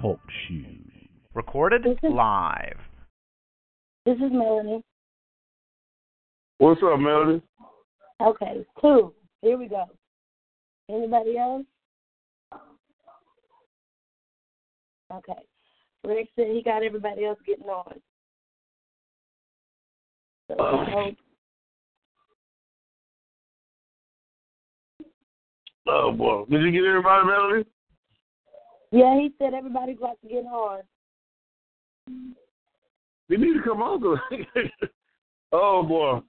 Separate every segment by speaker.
Speaker 1: Talk Shoes. Recorded live.
Speaker 2: This is Melanie.
Speaker 3: What's up, Melody?
Speaker 2: Okay, two. Here we go. Anybody else? Okay. Rick said he got everybody else getting on. So I hope
Speaker 3: Oh boy, did you get everybody, Melody?
Speaker 2: yeah, he said everybody's about to get on.
Speaker 3: We need to come on. to- oh boy,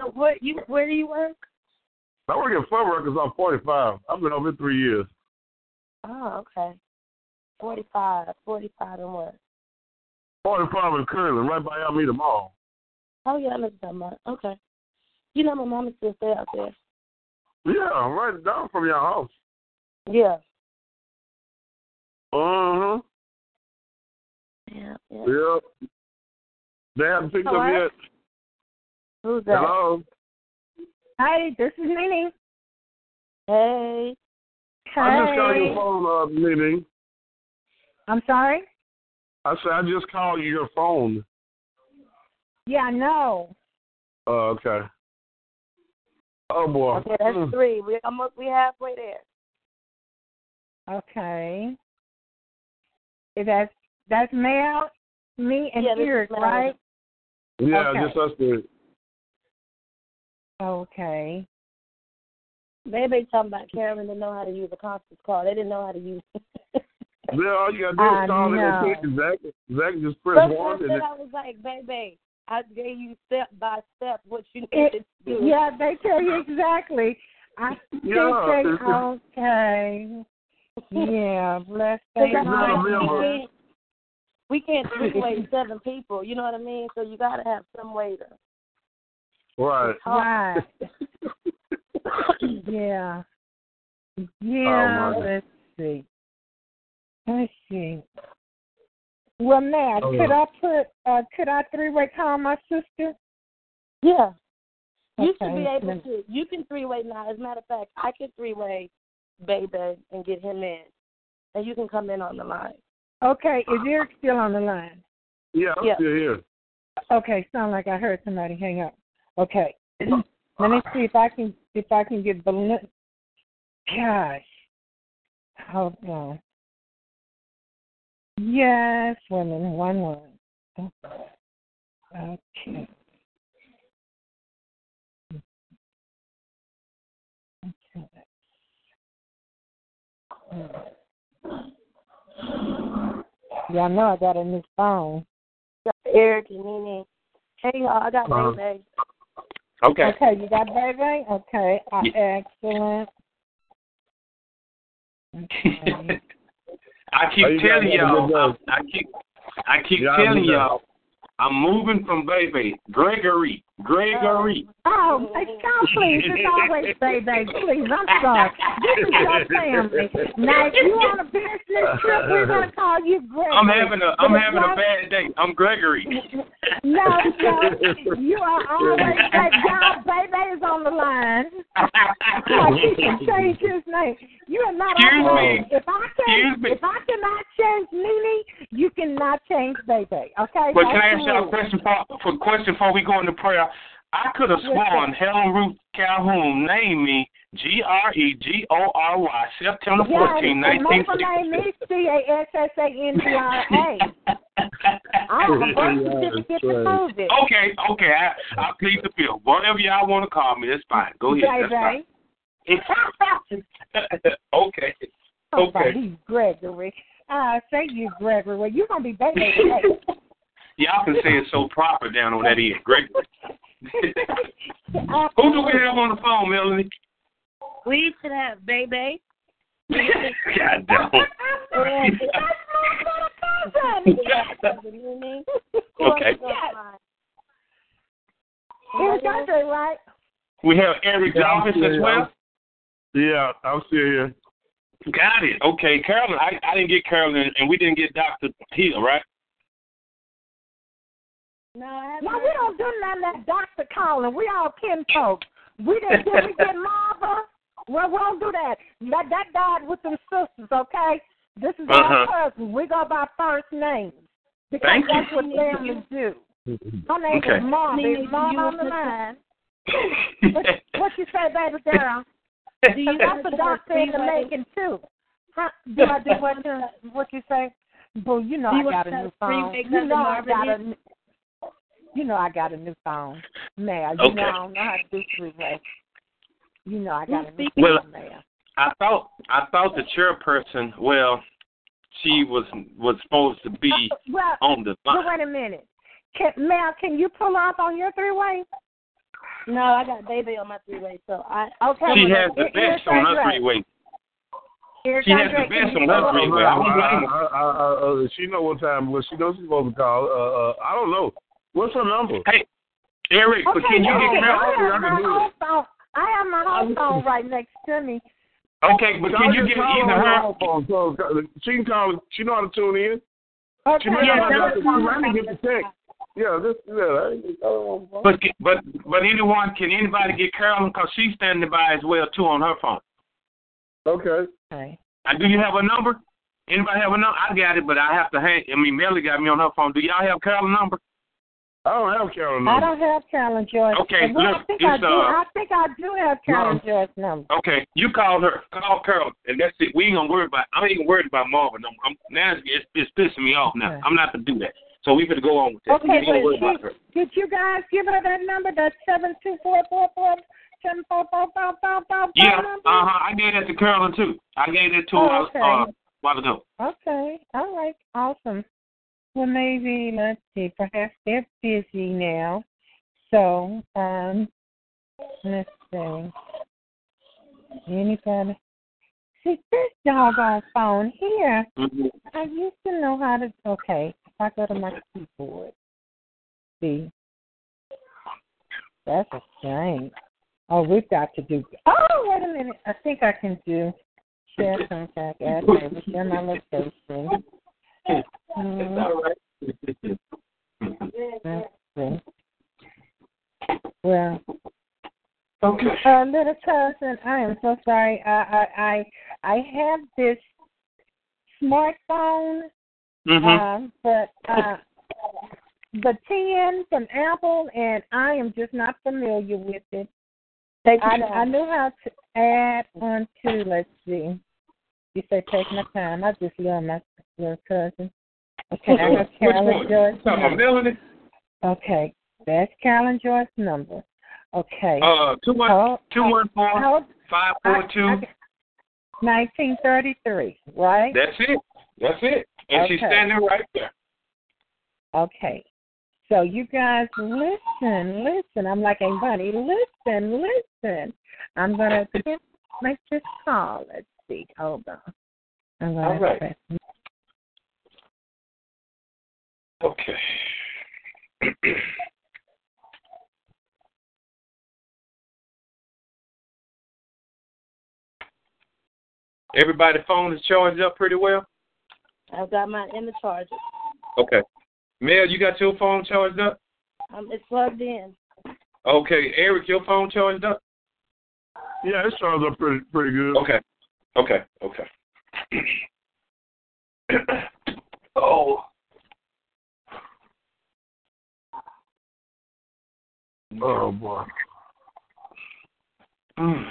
Speaker 2: So what you where do you work?
Speaker 3: I work at Fun Records. I'm 45. I've been over three years.
Speaker 2: Oh, okay. Forty five. Forty five and what?
Speaker 3: 45 in Curling, right by Alameda Mall.
Speaker 2: Oh yeah, I know that much. Okay. You know my mama's still stay out there.
Speaker 3: Yeah, right down from your house.
Speaker 2: Yeah.
Speaker 3: Uh huh.
Speaker 2: Yeah. yeah.
Speaker 3: Yep. They haven't picked
Speaker 2: Hello?
Speaker 3: up yet.
Speaker 2: Who's that?
Speaker 3: Hello.
Speaker 4: Hi, this is Minnie.
Speaker 2: Hey.
Speaker 3: I just
Speaker 4: Hi.
Speaker 3: called your phone, uh, meeting.
Speaker 4: I'm sorry?
Speaker 3: I said I just called you your phone.
Speaker 4: Yeah, no.
Speaker 3: Uh, okay. Oh boy.
Speaker 2: Okay, that's three. We almost we halfway there.
Speaker 4: Okay. Is that that's Mel, me and
Speaker 2: Yeah, this is
Speaker 4: Eric,
Speaker 2: Mel.
Speaker 4: right?
Speaker 3: yeah,
Speaker 4: okay.
Speaker 3: just us three.
Speaker 4: Okay.
Speaker 2: They been talking about Karen didn't know how to use a conference call. They didn't know how to use.
Speaker 3: Yeah, all you gotta do
Speaker 4: I
Speaker 3: is call in
Speaker 4: know.
Speaker 3: and click. Zach, Zach just press
Speaker 2: That's what I
Speaker 3: one
Speaker 2: said.
Speaker 3: and it,
Speaker 2: I was like, baby, I gave you step by step what you needed
Speaker 4: It-
Speaker 2: to do.
Speaker 4: Yeah, they tell you exactly. I
Speaker 3: Yeah,
Speaker 4: they
Speaker 3: it's-
Speaker 4: say okay. Yeah, bless
Speaker 2: Because
Speaker 4: they
Speaker 2: I'm
Speaker 3: not
Speaker 2: like,
Speaker 3: real,
Speaker 2: we
Speaker 3: bro.
Speaker 2: can't- we can't three way seven people. You know what I mean? So you got to have some way to.
Speaker 3: right.
Speaker 4: Right. Yeah.
Speaker 2: Oh,
Speaker 4: Yeah,
Speaker 3: my.
Speaker 4: let's see. Let's see. Well, now,
Speaker 3: Oh,
Speaker 4: could
Speaker 3: yeah.
Speaker 4: I put, uh, could I three way call my sister?
Speaker 2: Yeah. You should
Speaker 4: Okay.
Speaker 2: be able to. You can three way now. As a matter of fact, I can three way baby and get him in, and you can come in on the line.
Speaker 4: Okay, is Eric still on the line?
Speaker 3: Yeah, I'm
Speaker 2: Yeah.
Speaker 3: still here.
Speaker 4: Okay, sound like I heard somebody hang up. Okay, let me see if I can if I can get balloon. Gosh, hold on. Yes, women, one one. Okay. Okay. Y'all know I got a new phone.
Speaker 2: Eric and Nene. Hey y'all, I got
Speaker 3: Uh-huh.
Speaker 2: baby.
Speaker 5: Okay.
Speaker 4: Okay, you got baby? Okay, uh, excellent. Okay.
Speaker 5: I
Speaker 3: How Oh, you
Speaker 5: keep telling
Speaker 3: guys doing?
Speaker 5: y'all, I'm- I keep, I keep
Speaker 3: Yeah, I
Speaker 5: telling
Speaker 3: do that.
Speaker 5: y'all, I'm moving from baby Gregory, Gregory.
Speaker 4: oh, hey, come please. It's always baby. Please, I'm sorry. This is your family. Now, if you on a business trip, we're going to call you Greg.
Speaker 5: I'm having a, I'm having a bad day. I'm Gregory.
Speaker 4: No, no, you are always baby. Y'all, baby is on the line. Like he can change his name. You are not
Speaker 5: Excuse
Speaker 4: alone.
Speaker 5: me.
Speaker 4: If I
Speaker 5: Excuse
Speaker 4: can
Speaker 5: me.
Speaker 4: if I cannot change Nene, you cannot change Baby. Okay?
Speaker 5: But can I
Speaker 4: That's
Speaker 5: ask y'all
Speaker 4: rude.
Speaker 5: a question for, for question before we go into prayer? I could have
Speaker 4: Yes,
Speaker 5: sworn Helen Ruth Calhoun named me G R E G O R Y September
Speaker 4: Yeah,
Speaker 5: 14,
Speaker 4: and most of
Speaker 5: 1960.
Speaker 4: my name is C A S S A N D R A. I have a
Speaker 3: Yeah,
Speaker 4: birth
Speaker 3: that's
Speaker 4: certificate to
Speaker 3: right. Oh,
Speaker 4: prove it.
Speaker 5: Okay, okay, I, I plead the fifth. Whatever y'all want to call me, that's fine. Go ahead. That's fine.
Speaker 4: Baby.
Speaker 5: okay. Okay.
Speaker 4: Somebody, Oh, Gregory. I say you, Gregory. Well, you're going to be Baby today.
Speaker 5: Y'all can say it so proper down on that end. Gregory.
Speaker 4: Uh,
Speaker 3: Who do we have on the phone, Melanie?
Speaker 2: We should have baby.
Speaker 3: God damn. Okay.
Speaker 2: Here's Andre, right?
Speaker 3: We have Eric Dolphins as well.
Speaker 6: Yeah, I'm still here.
Speaker 3: Got it. Okay, Carolyn. I, I didn't get Carolyn, and we didn't get Doctor Hill, right?
Speaker 2: No, I haven't.
Speaker 7: No, we don't do none of that doctor calling. We all kinfolk. We didn't did we get Marva? Well, we don't do that. That that died with them sisters, okay? This is
Speaker 3: Uh-huh.
Speaker 7: our cousin. We go by first names. Because
Speaker 3: Thank you. Mm-hmm.
Speaker 7: that's what families do. Her name
Speaker 3: Okay.
Speaker 7: is Marva.
Speaker 2: Nene,
Speaker 7: Is Marva
Speaker 2: you
Speaker 7: on the
Speaker 2: want
Speaker 7: line? What, what you say, baby girl?
Speaker 2: Do you
Speaker 7: That's a doctor in the
Speaker 2: freeway?
Speaker 7: making too. Huh? Do I do what you what you say? Boo, you know
Speaker 2: Do
Speaker 7: I
Speaker 2: you want
Speaker 7: got a
Speaker 2: to
Speaker 7: new
Speaker 2: tell us
Speaker 7: phone.
Speaker 2: three big
Speaker 7: You know I
Speaker 2: numbers,
Speaker 7: got a
Speaker 2: Marvin?
Speaker 7: n- you know I got a new phone. Mayor, you
Speaker 3: Okay.
Speaker 7: know I don't know how to do three way. You know I got a new
Speaker 2: Speaking-
Speaker 3: Well-
Speaker 7: phone, Mayor.
Speaker 3: I thought I thought the chairperson. Well, she was was supposed to be
Speaker 7: Uh, Well,
Speaker 3: on the
Speaker 7: but
Speaker 3: line.
Speaker 7: wait a minute. Can, Mayor, can you pull off on your three way?
Speaker 2: No, I got baby on my three way, so I
Speaker 7: Okay.
Speaker 3: She has the
Speaker 7: Here- here's
Speaker 3: best on her
Speaker 7: Andre.
Speaker 3: three way.
Speaker 7: Here's
Speaker 3: She has the
Speaker 7: Andre. Can
Speaker 3: best
Speaker 7: you
Speaker 3: on her
Speaker 7: pull
Speaker 3: three
Speaker 7: off-
Speaker 3: way. I don't blame her.
Speaker 6: I, I, I, uh, she know what time. Well, she knows she's supposed to call. Uh, uh, I don't know. What's her number?
Speaker 3: Hey, Eric, but
Speaker 7: Okay,
Speaker 3: can you
Speaker 7: okay,
Speaker 3: get Carolyn?
Speaker 7: I have my whole phone. I have my whole phone right next to me.
Speaker 3: Okay, but can you
Speaker 6: Y'all
Speaker 3: get
Speaker 6: just call
Speaker 3: either
Speaker 6: her
Speaker 3: her?
Speaker 6: on phone, so uh, She can call. She know how to tune in.
Speaker 7: Okay.
Speaker 6: She may not
Speaker 7: yeah,
Speaker 6: know how to
Speaker 7: that's
Speaker 6: tune in.
Speaker 7: my
Speaker 6: I didn't get the text. Yeah, this, yeah. I didn't- I don't know.
Speaker 3: But but but anyone can anybody get Carolyn? Cause she's standing by as well too on her phone.
Speaker 6: Okay.
Speaker 7: phone.
Speaker 3: Uh, do you have a number? Anybody have a number? I got it, but I have to hang. I mean, Melly got me on her phone. Do y'all have Carolyn's number?
Speaker 6: I don't have Carolyn.
Speaker 7: I
Speaker 6: number.
Speaker 7: don't have Carolyn Joyce.
Speaker 3: Hmm. Okay,
Speaker 7: And well, I
Speaker 3: look,
Speaker 7: think I
Speaker 3: it's,
Speaker 7: do.
Speaker 3: uh,
Speaker 7: I think I do have Carolyn Joyce number.
Speaker 3: Okay, you call her. Call Carolyn, and that's it. We ain't gonna worry about. I ain't even worried about Marvin. I'm, I'm now it's, it's, it's pissing me off. Now
Speaker 7: Okay.
Speaker 3: I'm not to do that. So we better go on with this. we
Speaker 7: Okay,
Speaker 3: ain't gonna worry about
Speaker 7: but
Speaker 3: her.
Speaker 7: she, did you guys give her that number? That seven two four four four seven four four four four four
Speaker 3: Yeah, uh
Speaker 7: number?
Speaker 3: huh. I gave that to Carolyn too. I gave that to
Speaker 7: Oh,
Speaker 3: her
Speaker 7: okay.
Speaker 3: uh, a while ago.
Speaker 7: Okay, all right, awesome.
Speaker 4: Well, maybe let's see. Perhaps they're busy now. So, um, let's see. Anybody? See this doggone phone here.
Speaker 3: Mhm.
Speaker 4: I used to know how to. Okay, if I go to my keyboard, see, that's a shame. Oh, we've got to do. Oh, wait a minute. I think I can do share contact add favor, share my location.
Speaker 3: It's
Speaker 4: Mm,
Speaker 3: all right.
Speaker 4: let's see. Well,
Speaker 3: okay.
Speaker 4: uh, little cousin, I am so sorry. I I I, I have this smartphone.
Speaker 3: Mhm.
Speaker 4: Um, but uh, the ten from Apple, and I am just not familiar with it.
Speaker 2: Take
Speaker 4: I, I knew how to add on to. Let's see. You say take my time. I just love my little cousin. Okay, I
Speaker 3: Which
Speaker 4: got Carolyn
Speaker 3: one? Talking
Speaker 4: Joyce.
Speaker 3: about
Speaker 4: number.
Speaker 3: Melanie.
Speaker 4: Okay, that's Carolyn Joyce's number. Okay.
Speaker 3: Uh, two one
Speaker 4: Hold-
Speaker 3: two one four
Speaker 4: hold-
Speaker 3: five
Speaker 4: I-
Speaker 3: four two.
Speaker 4: I- 1933, right?
Speaker 3: That's it. That's it. And she's
Speaker 4: Okay.
Speaker 3: standing right there.
Speaker 4: Okay. So you guys listen, listen. I'm like, hey buddy, listen, listen. I'm gonna give- make this call. Let's see. Hold on. I'm gonna
Speaker 3: All right.
Speaker 4: press-
Speaker 3: Okay. Everybody's phone is charged up pretty well.
Speaker 2: I've got mine in the charger.
Speaker 3: Okay. Mel, you got your phone charged up?
Speaker 2: Um, it's plugged in.
Speaker 3: Okay. Eric, your phone charged up?
Speaker 6: Yeah, it sounds up pretty pretty good.
Speaker 3: Okay. Okay. Okay. oh.
Speaker 6: Oh boy.
Speaker 3: Mm.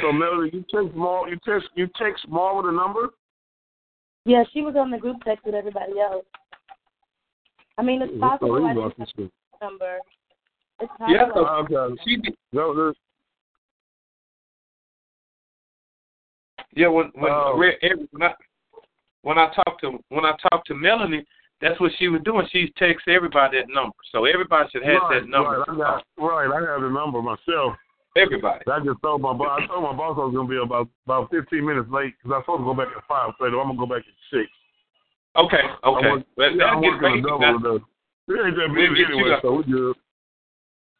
Speaker 3: So Melody, you text Mar you text you text Marvel the number?
Speaker 2: Yeah, she was on the group text with everybody else. I mean, it's
Speaker 3: Oh,
Speaker 2: possible I didn't have the number. It's possible.
Speaker 5: Yeah,
Speaker 3: Okay.
Speaker 5: she did.
Speaker 3: No, there's-
Speaker 5: Yeah, when when
Speaker 3: Oh.
Speaker 5: I read every- when I when I talked to when I talked to Melanie, that's what she was doing. She texts everybody that number, so everybody should have
Speaker 3: right,
Speaker 5: that number.
Speaker 3: Right, I got, right, I have the number myself.
Speaker 5: Everybody.
Speaker 3: I just told my boss. I told my boss I was gonna be about about 15 minutes late because I was supposed to go back at five. So I'm gonna go back at six.
Speaker 5: Okay, okay.
Speaker 3: I work,
Speaker 5: Well,
Speaker 3: yeah, I'm
Speaker 5: that'll get
Speaker 3: working
Speaker 5: back-
Speaker 3: a double
Speaker 5: that-
Speaker 3: today. It ain't that
Speaker 5: We'll
Speaker 3: busy
Speaker 5: get you
Speaker 3: anyway,
Speaker 5: out.
Speaker 3: so we good.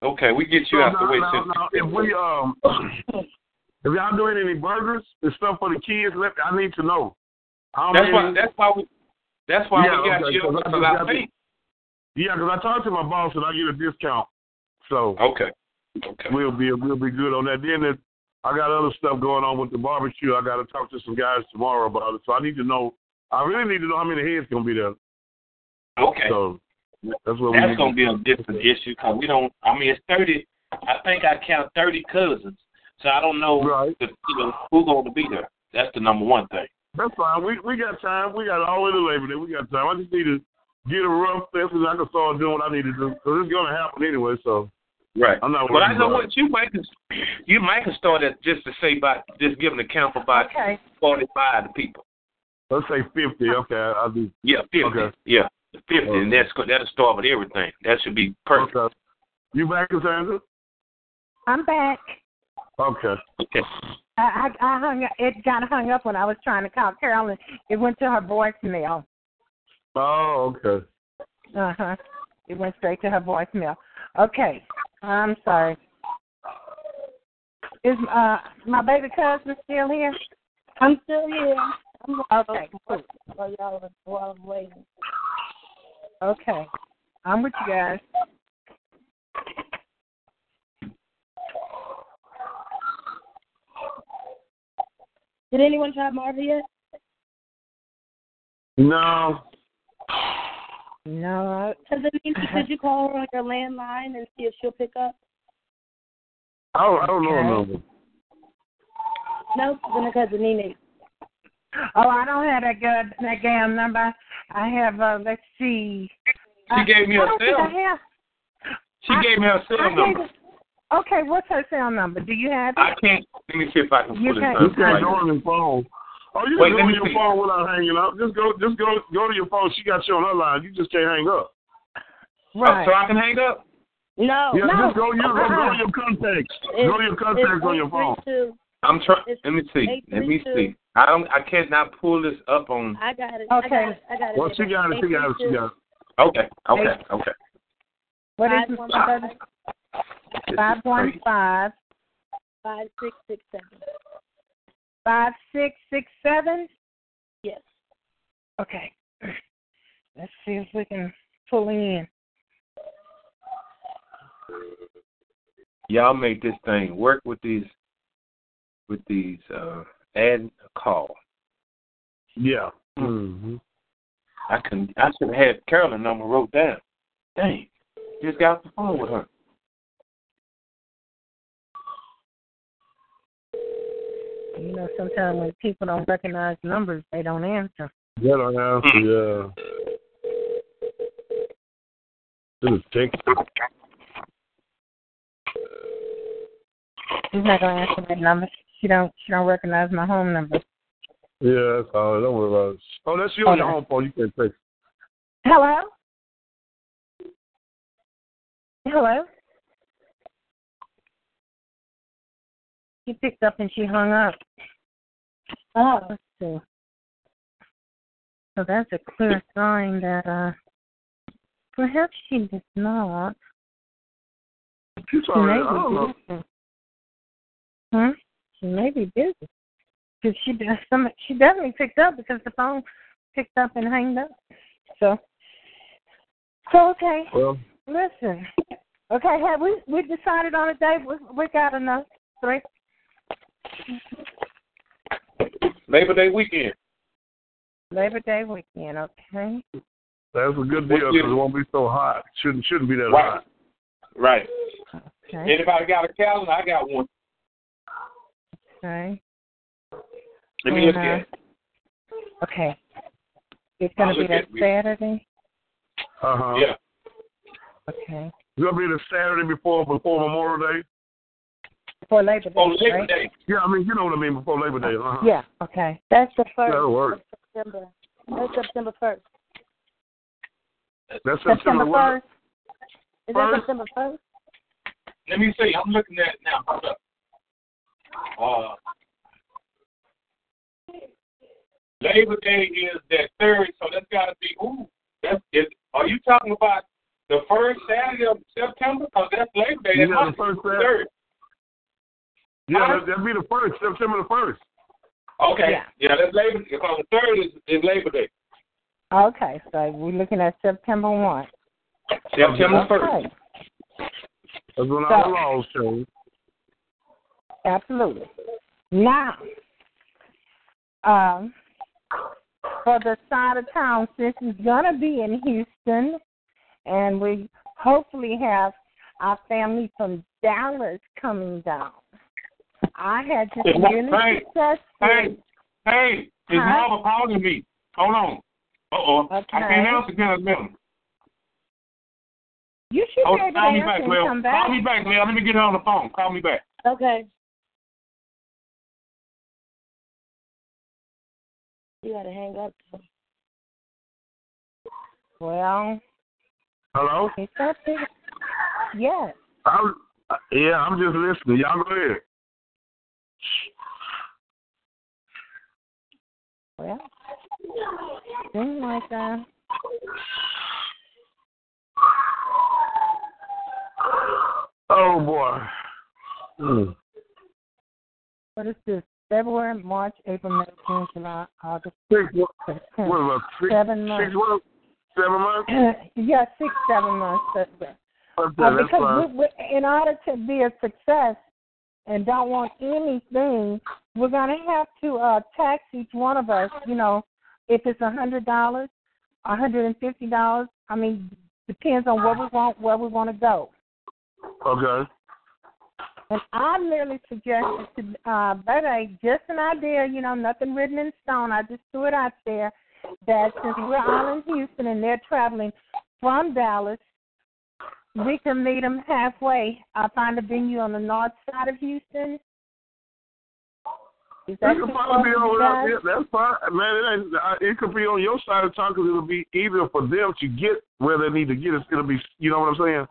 Speaker 5: okay, we get you
Speaker 3: So
Speaker 5: out the
Speaker 3: now-
Speaker 5: way.
Speaker 3: now-
Speaker 5: since-
Speaker 3: now, if we um, if y'all doing any burgers and stuff for the kids, let I need to know. How
Speaker 5: that's
Speaker 3: many-
Speaker 5: why. That's why we. That's why
Speaker 3: Yeah,
Speaker 5: we got
Speaker 3: okay,
Speaker 5: you.
Speaker 3: so that's
Speaker 5: because
Speaker 3: what
Speaker 5: I
Speaker 3: we got
Speaker 5: think.
Speaker 3: yeah, because I talked to my boss and I get a discount, so
Speaker 5: Okay. Okay.
Speaker 3: we'll be we'll be good on that. Then it, I got other stuff going on with the barbecue. I got to talk to some guys tomorrow about it, so I need to know. I really need to know how many heads gonna be there.
Speaker 5: Okay.
Speaker 3: So that's what we
Speaker 5: That's
Speaker 3: need
Speaker 5: gonna be a different issue because we don't. I mean, it's thirty. I think I count thirty cousins, so I don't know
Speaker 3: Right.
Speaker 5: the, you know, who's going to be there. That's the number one thing.
Speaker 3: That's fine. We we got time. We got all the Labor Day. We got time. I just need to get a rough sense and I can start doing what I need to do because it's gonna happen anyway. So
Speaker 5: Right.
Speaker 3: I'm not
Speaker 5: But I
Speaker 3: worried
Speaker 5: know
Speaker 3: about
Speaker 5: what
Speaker 3: it.
Speaker 5: you might can you might can start at just to say about just giving an account for about
Speaker 8: Okay.
Speaker 5: forty five people.
Speaker 3: let's say fifty. Okay, I'll do.
Speaker 5: Yeah, fifty.
Speaker 3: Okay.
Speaker 5: Yeah, fifty,
Speaker 3: Okay.
Speaker 5: and that's go- that'll start with everything. That should be perfect.
Speaker 3: Okay. You back, Cassandra?
Speaker 4: I'm back.
Speaker 3: Okay.
Speaker 5: Okay.
Speaker 4: I, I I hung up. It got hung up when I was trying to call Carolyn. It went to her voicemail.
Speaker 3: Oh, okay.
Speaker 4: Uh huh. It went straight to her voicemail. Okay. I'm sorry. Is uh my baby cousin still here?
Speaker 2: I'm still here. I'm
Speaker 4: Okay. Cool.
Speaker 2: while y'all are, while I'm waiting.
Speaker 4: Okay. I'm with you guys.
Speaker 2: Did anyone try Marva yet?
Speaker 3: No,
Speaker 4: No.
Speaker 2: Because it means could you call her on your landline and see if she'll pick up?
Speaker 3: I don't, I don't know a
Speaker 4: Okay.
Speaker 3: number.
Speaker 2: No, then the cousin Nene.
Speaker 4: Oh, I don't have that good that damn number. I have uh let's see.
Speaker 5: She gave me
Speaker 4: I
Speaker 5: her
Speaker 4: don't think
Speaker 5: cell.
Speaker 4: I have.
Speaker 5: She
Speaker 4: I-
Speaker 5: gave me her
Speaker 4: I
Speaker 5: cell
Speaker 4: gave
Speaker 5: number.
Speaker 4: it- Okay, what's her cell number? Do you have
Speaker 5: I
Speaker 4: it?
Speaker 5: can't. Let me see if I can
Speaker 4: You
Speaker 5: pull it
Speaker 4: can't-
Speaker 5: up.
Speaker 3: You can't
Speaker 5: right
Speaker 3: go
Speaker 5: now.
Speaker 3: on your phone. Oh, you
Speaker 5: Wait,
Speaker 3: can go
Speaker 5: let
Speaker 3: on
Speaker 5: me
Speaker 3: your
Speaker 5: see.
Speaker 3: phone without hanging up. Just go, just go, go to your phone. She got you on her line. You just can't hang up.
Speaker 5: Oh,
Speaker 4: Right. Uh-uh.
Speaker 5: so I can hang up.
Speaker 2: No,
Speaker 3: Yeah,
Speaker 2: Oh, no.
Speaker 3: just go. You go, go to your contacts. go to your contacts on your phone.
Speaker 5: I'm trying.
Speaker 2: It's
Speaker 5: Let me see.
Speaker 2: eight
Speaker 5: Let
Speaker 2: three
Speaker 5: me
Speaker 2: two.
Speaker 5: see. I don't. I cannot pull this up on.
Speaker 2: I got it. I
Speaker 4: Okay.
Speaker 2: got it. I got it.
Speaker 3: Well, she got it. She got it. She got it.
Speaker 5: Okay. Okay. Okay.
Speaker 4: What is
Speaker 2: Five, one,
Speaker 4: it?
Speaker 5: This is
Speaker 4: Five one
Speaker 5: crazy.
Speaker 4: five
Speaker 2: Five six six seven.
Speaker 4: five six six seven.
Speaker 2: Yes.
Speaker 4: Okay. Let's see if we can pull in.
Speaker 5: Y'all make this thing work with these. With these uh, ad call.
Speaker 3: Yeah. Mm-hmm.
Speaker 5: I can. I should have had Carolyn number wrote down. Dang. Just got off the phone with her.
Speaker 4: You know, sometimes when people don't recognize numbers, they don't answer.
Speaker 3: Yeah, I don't have
Speaker 5: Hmm.
Speaker 3: to, yeah. This is Texas.
Speaker 4: She's not gonna answer my number. She don't. She don't recognize my home number.
Speaker 3: Yeah, that's all. Don't worry about it. Oh, that's you on your
Speaker 4: Okay.
Speaker 3: home phone. You can't text.
Speaker 4: Hello. Hello. She picked up and she hung up.
Speaker 2: Oh,
Speaker 4: Let's see. So that's a clear sign that uh, perhaps she did not.
Speaker 3: She's
Speaker 4: She
Speaker 3: all
Speaker 4: may
Speaker 3: right.
Speaker 4: be
Speaker 3: I don't know.
Speaker 4: busy. Huh? She may be busy. Cause she does some. She definitely picked up because the phone picked up and hanged up. So. So okay.
Speaker 3: Well,
Speaker 4: Listen. Okay. Have we we decided on a date? We we got enough. Three.
Speaker 5: Labor Day weekend.
Speaker 4: Labor Day weekend. Okay.
Speaker 3: that's a good deal because it won't be so hot. Shouldn't shouldn't be that
Speaker 5: Right.
Speaker 3: hot.
Speaker 5: Right.
Speaker 4: Okay.
Speaker 5: Anybody got a calendar? I got one.
Speaker 2: Okay.
Speaker 4: Let me look
Speaker 2: Uh-huh.
Speaker 4: at it.
Speaker 2: Okay. It's gonna
Speaker 4: I'll
Speaker 2: be
Speaker 4: look
Speaker 2: that
Speaker 4: at- we-
Speaker 2: Saturday.
Speaker 3: Uh huh.
Speaker 4: Yeah.
Speaker 2: Okay.
Speaker 3: It's gonna be the Saturday before before Memorial Day.
Speaker 2: For Labor Day.
Speaker 4: Oh, Labor
Speaker 2: right?
Speaker 4: Day.
Speaker 3: Yeah, I mean you know what I mean before Labor Day. Uh huh.
Speaker 2: Yeah. Okay.
Speaker 9: That's the first
Speaker 3: That'll work.
Speaker 9: of September. That's September first.
Speaker 3: That's
Speaker 2: September
Speaker 3: September what?
Speaker 2: first.
Speaker 9: Is
Speaker 3: First?
Speaker 9: that September first?
Speaker 4: Let me see. I'm looking at it now. Hold up. Uh, Labor Day is that third, so that's got to be. Ooh, that's is. Are you talking about the first Saturday of September? Because that's Labor Day. That
Speaker 3: Yeah,
Speaker 4: must
Speaker 3: the
Speaker 4: be
Speaker 3: first Saturday.
Speaker 4: third.
Speaker 3: Yeah, that, that'd be the first September the first.
Speaker 4: Okay.
Speaker 2: Yeah.
Speaker 4: Yeah. that's Labor. Because the third is, is Labor Day.
Speaker 2: Okay. So we're looking at September one.
Speaker 4: September
Speaker 2: Okay.
Speaker 4: first.
Speaker 3: That's when
Speaker 2: So-
Speaker 3: our laws change.
Speaker 2: Absolutely. Now, um, for the side of town, this is gonna be in Houston, and we hopefully have our family from Dallas coming down. I had just
Speaker 4: Hey,
Speaker 2: really
Speaker 4: hey,
Speaker 2: successful.
Speaker 4: Hey, hey, is
Speaker 2: Huh?
Speaker 4: Mama calling me? Hold on. Uh oh. I
Speaker 2: Okay.
Speaker 4: can't answer again. Let
Speaker 2: You should
Speaker 4: Oh,
Speaker 2: be able to
Speaker 4: call me
Speaker 2: answer
Speaker 4: back,
Speaker 2: and
Speaker 4: Mel.
Speaker 2: come
Speaker 4: Call me
Speaker 2: back.
Speaker 4: back, Mel. Let me get her on the phone. Call me back.
Speaker 9: Okay. You gotta hang up though.
Speaker 2: Well,
Speaker 3: Hello.
Speaker 2: it's up to yes.
Speaker 3: I'm, yeah, I'm just listening. Y'all go ahead.
Speaker 2: Well, seems like uh,
Speaker 3: Oh boy. Hmm.
Speaker 2: what is this? February, March, April, May, June, July, August,
Speaker 3: Six, what, what
Speaker 2: September.
Speaker 3: about six,
Speaker 2: Seven months.
Speaker 3: six what? Seven months?
Speaker 2: yeah, six, seven months. That's it.
Speaker 3: Okay,
Speaker 2: Uh,
Speaker 3: that's
Speaker 2: because
Speaker 3: fine.
Speaker 2: we, we, in order to be a success and don't want anything, we're going to have to uh, tax each one of us. You know, if it's a hundred dollars, a hundred and fifty dollars. I mean, depends on where we want where we want to go.
Speaker 3: Okay.
Speaker 2: And I merely suggested to uh Betty, just an idea, you know, nothing written in stone. I just threw it out there that since we're all in Houston and they're traveling from Dallas, we can meet them halfway. I find a venue on the north side of Houston. Is that
Speaker 3: It could
Speaker 2: too
Speaker 3: probably be
Speaker 2: far for you
Speaker 3: over
Speaker 2: guys?
Speaker 3: there. Yeah, That's fine, man. It, ain't, I- it could be on your side of town because it'll be easier for them to get where they need to get. It's gonna be, you know what I'm saying?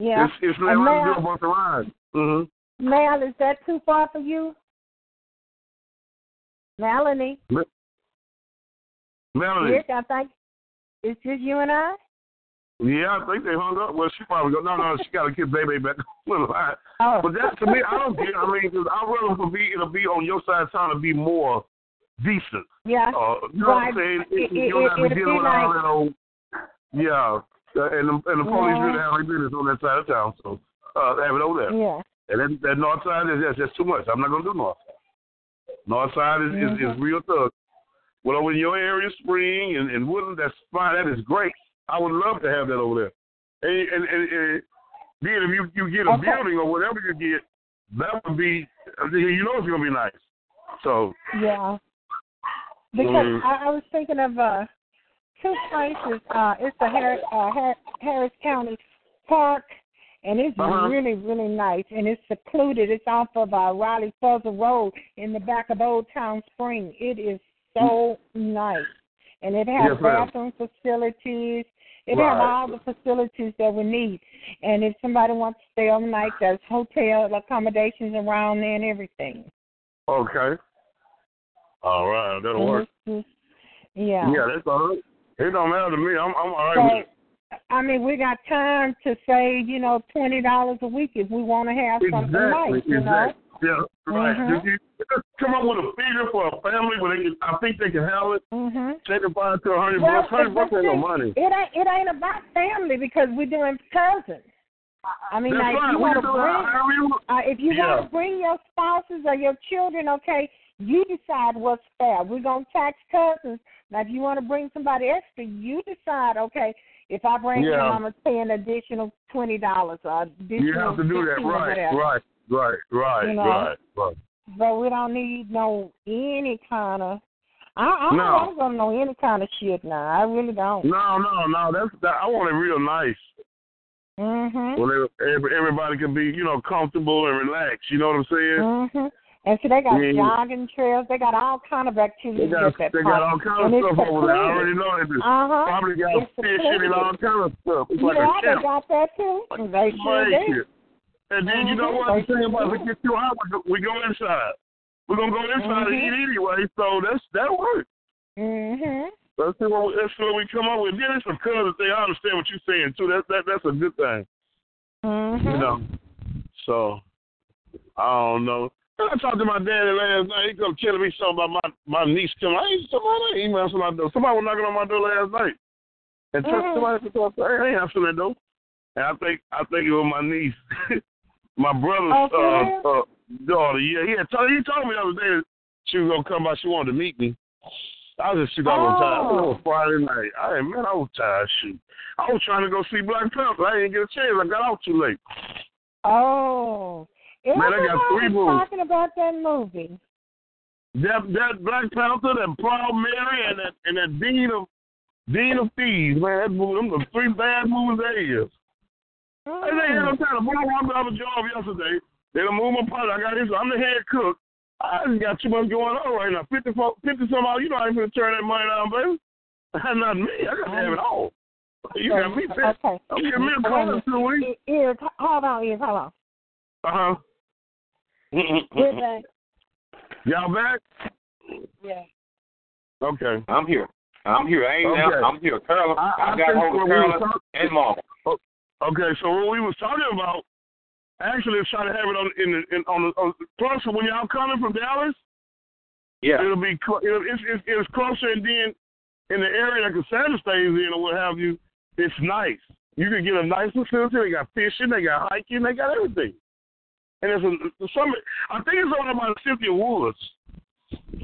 Speaker 2: Yeah.
Speaker 3: It's it's
Speaker 2: And
Speaker 3: not like
Speaker 2: now-
Speaker 3: do a bunch of rides. Mm-hmm.
Speaker 2: Mal, is that too far for you? Melanie,
Speaker 3: Melanie.
Speaker 2: Rick, I think it's just you and I.
Speaker 3: Yeah, I think they hung up. Well, she probably go. No, no, she got to get baby back on the line.
Speaker 2: Oh,
Speaker 3: But that to me, I don't get. I mean, cause I'd rather for be it'll be on your side of town to be more decent.
Speaker 2: yeah.
Speaker 3: Uh, you know what
Speaker 2: Right.
Speaker 3: I'm saying?
Speaker 2: It-
Speaker 3: you
Speaker 2: it-
Speaker 3: don't have
Speaker 2: it-
Speaker 3: to
Speaker 2: it'd
Speaker 3: deal
Speaker 2: be
Speaker 3: with all
Speaker 2: like-
Speaker 3: that old. Yeah, Uh, and the, and the police
Speaker 2: Yeah.
Speaker 3: really have their business on that side of town, so uh, have it over there.
Speaker 2: Yeah.
Speaker 3: And that, that north side is that's just too much. I'm not gonna do north. North side is is, is
Speaker 2: Mm-hmm.
Speaker 3: real thug. Well, over in your area, Spring and, and Woodland, that's fine. That is great. I would love to have that over there. And and, and, and then if you you get a
Speaker 2: Okay.
Speaker 3: building or whatever you get, that would be you know it's gonna be nice. So
Speaker 2: Yeah. Because
Speaker 3: Mm.
Speaker 2: I, I was thinking of uh two places. Uh it's the Harris, uh, Har- Harris County Park and it's
Speaker 3: Uh-huh.
Speaker 2: really, really nice and it's secluded. It's off of uh Riley Fuzzle Road in the back of Old Town Spring. It is so nice. And it has
Speaker 3: Yes, ma'am.
Speaker 2: bathroom facilities. It has
Speaker 3: Right.
Speaker 2: all the facilities that we need. And if somebody wants to stay overnight, there's hotel accommodations around there and everything.
Speaker 3: okay. All right, that'll work.
Speaker 2: And it's just-
Speaker 3: Yeah, that's all right. It don't matter to me. I'm I'm all right with
Speaker 2: Mm-hmm. So,
Speaker 3: it.
Speaker 2: I mean, we got time to save, you know, twenty dollars a week if we want to have something
Speaker 3: Exactly.
Speaker 2: nice, you know.
Speaker 3: exactly. Yeah. Right.
Speaker 2: Mhm.
Speaker 3: If you just come up with a figure for a family where they can, I think they can handle it.
Speaker 2: Mhm.
Speaker 3: Take it by to a hundred
Speaker 2: Well,
Speaker 3: bucks. Hundred
Speaker 2: but
Speaker 3: bucks ain't no
Speaker 2: see,
Speaker 3: money.
Speaker 2: It ain't it ain't about family because we're doing cousins. I mean, like
Speaker 3: That's right.
Speaker 2: you
Speaker 3: We
Speaker 2: want to
Speaker 3: can do it
Speaker 2: bring
Speaker 3: however you want.
Speaker 2: uh, if you
Speaker 3: Yeah.
Speaker 2: want to bring your spouses or your children, okay, you decide what's fair. We're gonna tax cousins. Now, if you want to bring somebody extra, you decide. Okay, if I bring
Speaker 3: Yeah.
Speaker 2: them, I'm gonna pay an additional twenty dollars or additional
Speaker 3: You have to do that.
Speaker 2: $15 or
Speaker 3: Right.
Speaker 2: whatever.
Speaker 3: Right. Right. Right.
Speaker 2: You know?
Speaker 3: Right. Right.
Speaker 2: but we don't need no any kind of. I, I don't
Speaker 3: No.
Speaker 2: want to know any kind of shit now. I really don't.
Speaker 3: No, no, no. That's that, I want it real nice.
Speaker 2: Mhm.
Speaker 3: Well, every, everybody can be, you know, comfortable and relaxed. You know what I'm saying?
Speaker 2: Mhm. And so they got
Speaker 3: Yeah.
Speaker 2: jogging trails. They got all kind of
Speaker 3: They
Speaker 2: activities
Speaker 3: got,
Speaker 2: at that
Speaker 3: they
Speaker 2: park.
Speaker 3: got all kinds
Speaker 2: And
Speaker 3: of
Speaker 2: it's
Speaker 3: stuff over there. I
Speaker 2: secluded.
Speaker 3: already know it. It's
Speaker 2: Uh-huh.
Speaker 3: Probably got
Speaker 2: It's
Speaker 3: fish
Speaker 2: secluded.
Speaker 3: and all kinds of stuff. It's like
Speaker 2: yeah,
Speaker 3: a
Speaker 2: they
Speaker 3: camp.
Speaker 2: got that too. They sure
Speaker 3: Thank
Speaker 2: do.
Speaker 3: you. And then you know what? The thing about it, we get two hours, we go inside. We're gonna go inside and eat anyway, so that's that works.
Speaker 2: Mhm.
Speaker 3: Let's see what we, let's see what we come up with. Then it's some color thing. I understand what you're saying too. That's that that's a good thing. You
Speaker 2: Mhm.
Speaker 3: know. So I don't know. I talked to my daddy last night. He come telling me something about my my niece coming. I ain't somebody ain't even answering my door. Somebody was knocking on my door last night. And touched
Speaker 2: Mhm.
Speaker 3: somebody at the door. I said, "Hey, I ain't answering that door. And I think I think it was my niece, my brother's
Speaker 2: Okay.
Speaker 3: uh, uh, daughter. Yeah, yeah. Told, he told me the other day that she was gonna come by. She wanted to meet me. I was just shoot. I was tired. It was Friday night. I man, I was tired. Shoot, I was trying to go see Black Panther. I didn't get a chance. I got out too late.
Speaker 2: Oh.
Speaker 3: Man, I got
Speaker 2: Everybody
Speaker 3: three
Speaker 2: was
Speaker 3: moves.
Speaker 2: talking about that movie.
Speaker 3: That that Black Panther, that Proud Mary, and that and that Dean of Dean of Thieves, man. That movie, them the three bad movies that is. I
Speaker 2: Mm.
Speaker 3: ain't had no time. Boy, I got a job yesterday. They done moved my product. I got this. I'm the head cook. I just got too much going on right now. 50, fo- 50 some out. You know I ain't gonna turn that money down, baby. Not me. I got to have it all. You got me pissed.
Speaker 2: Okay.
Speaker 3: I'm giving me a
Speaker 2: Wait a
Speaker 3: call in
Speaker 2: minute.
Speaker 3: two weeks.
Speaker 2: E- Eric, h- hold on, Eric, hold on.
Speaker 3: Uh
Speaker 10: We're
Speaker 2: uh,
Speaker 3: huh.
Speaker 10: back.
Speaker 3: Y'all back?
Speaker 10: Yeah.
Speaker 3: Okay.
Speaker 4: I'm here. I'm here. I ain't
Speaker 3: Okay.
Speaker 4: now. I'm here. Carla,
Speaker 3: I-
Speaker 4: I,
Speaker 3: I
Speaker 4: got
Speaker 3: think
Speaker 4: hold
Speaker 3: what
Speaker 4: of
Speaker 3: we were
Speaker 4: Carla
Speaker 3: talking-
Speaker 4: and Mama.
Speaker 3: Okay, so what we was talking about, actually try to have it on in, the- in on the on, plus when y'all coming from Dallas,
Speaker 4: Yeah.
Speaker 3: it'll be cl- it'll, it's, it's it's closer, and then in the area that Cassandra stays in or what have you, it's nice. You can get a nice facility. They got fishing, they got hiking, they got everything. And it's a it's some. I think it's on about Cynthia Woods,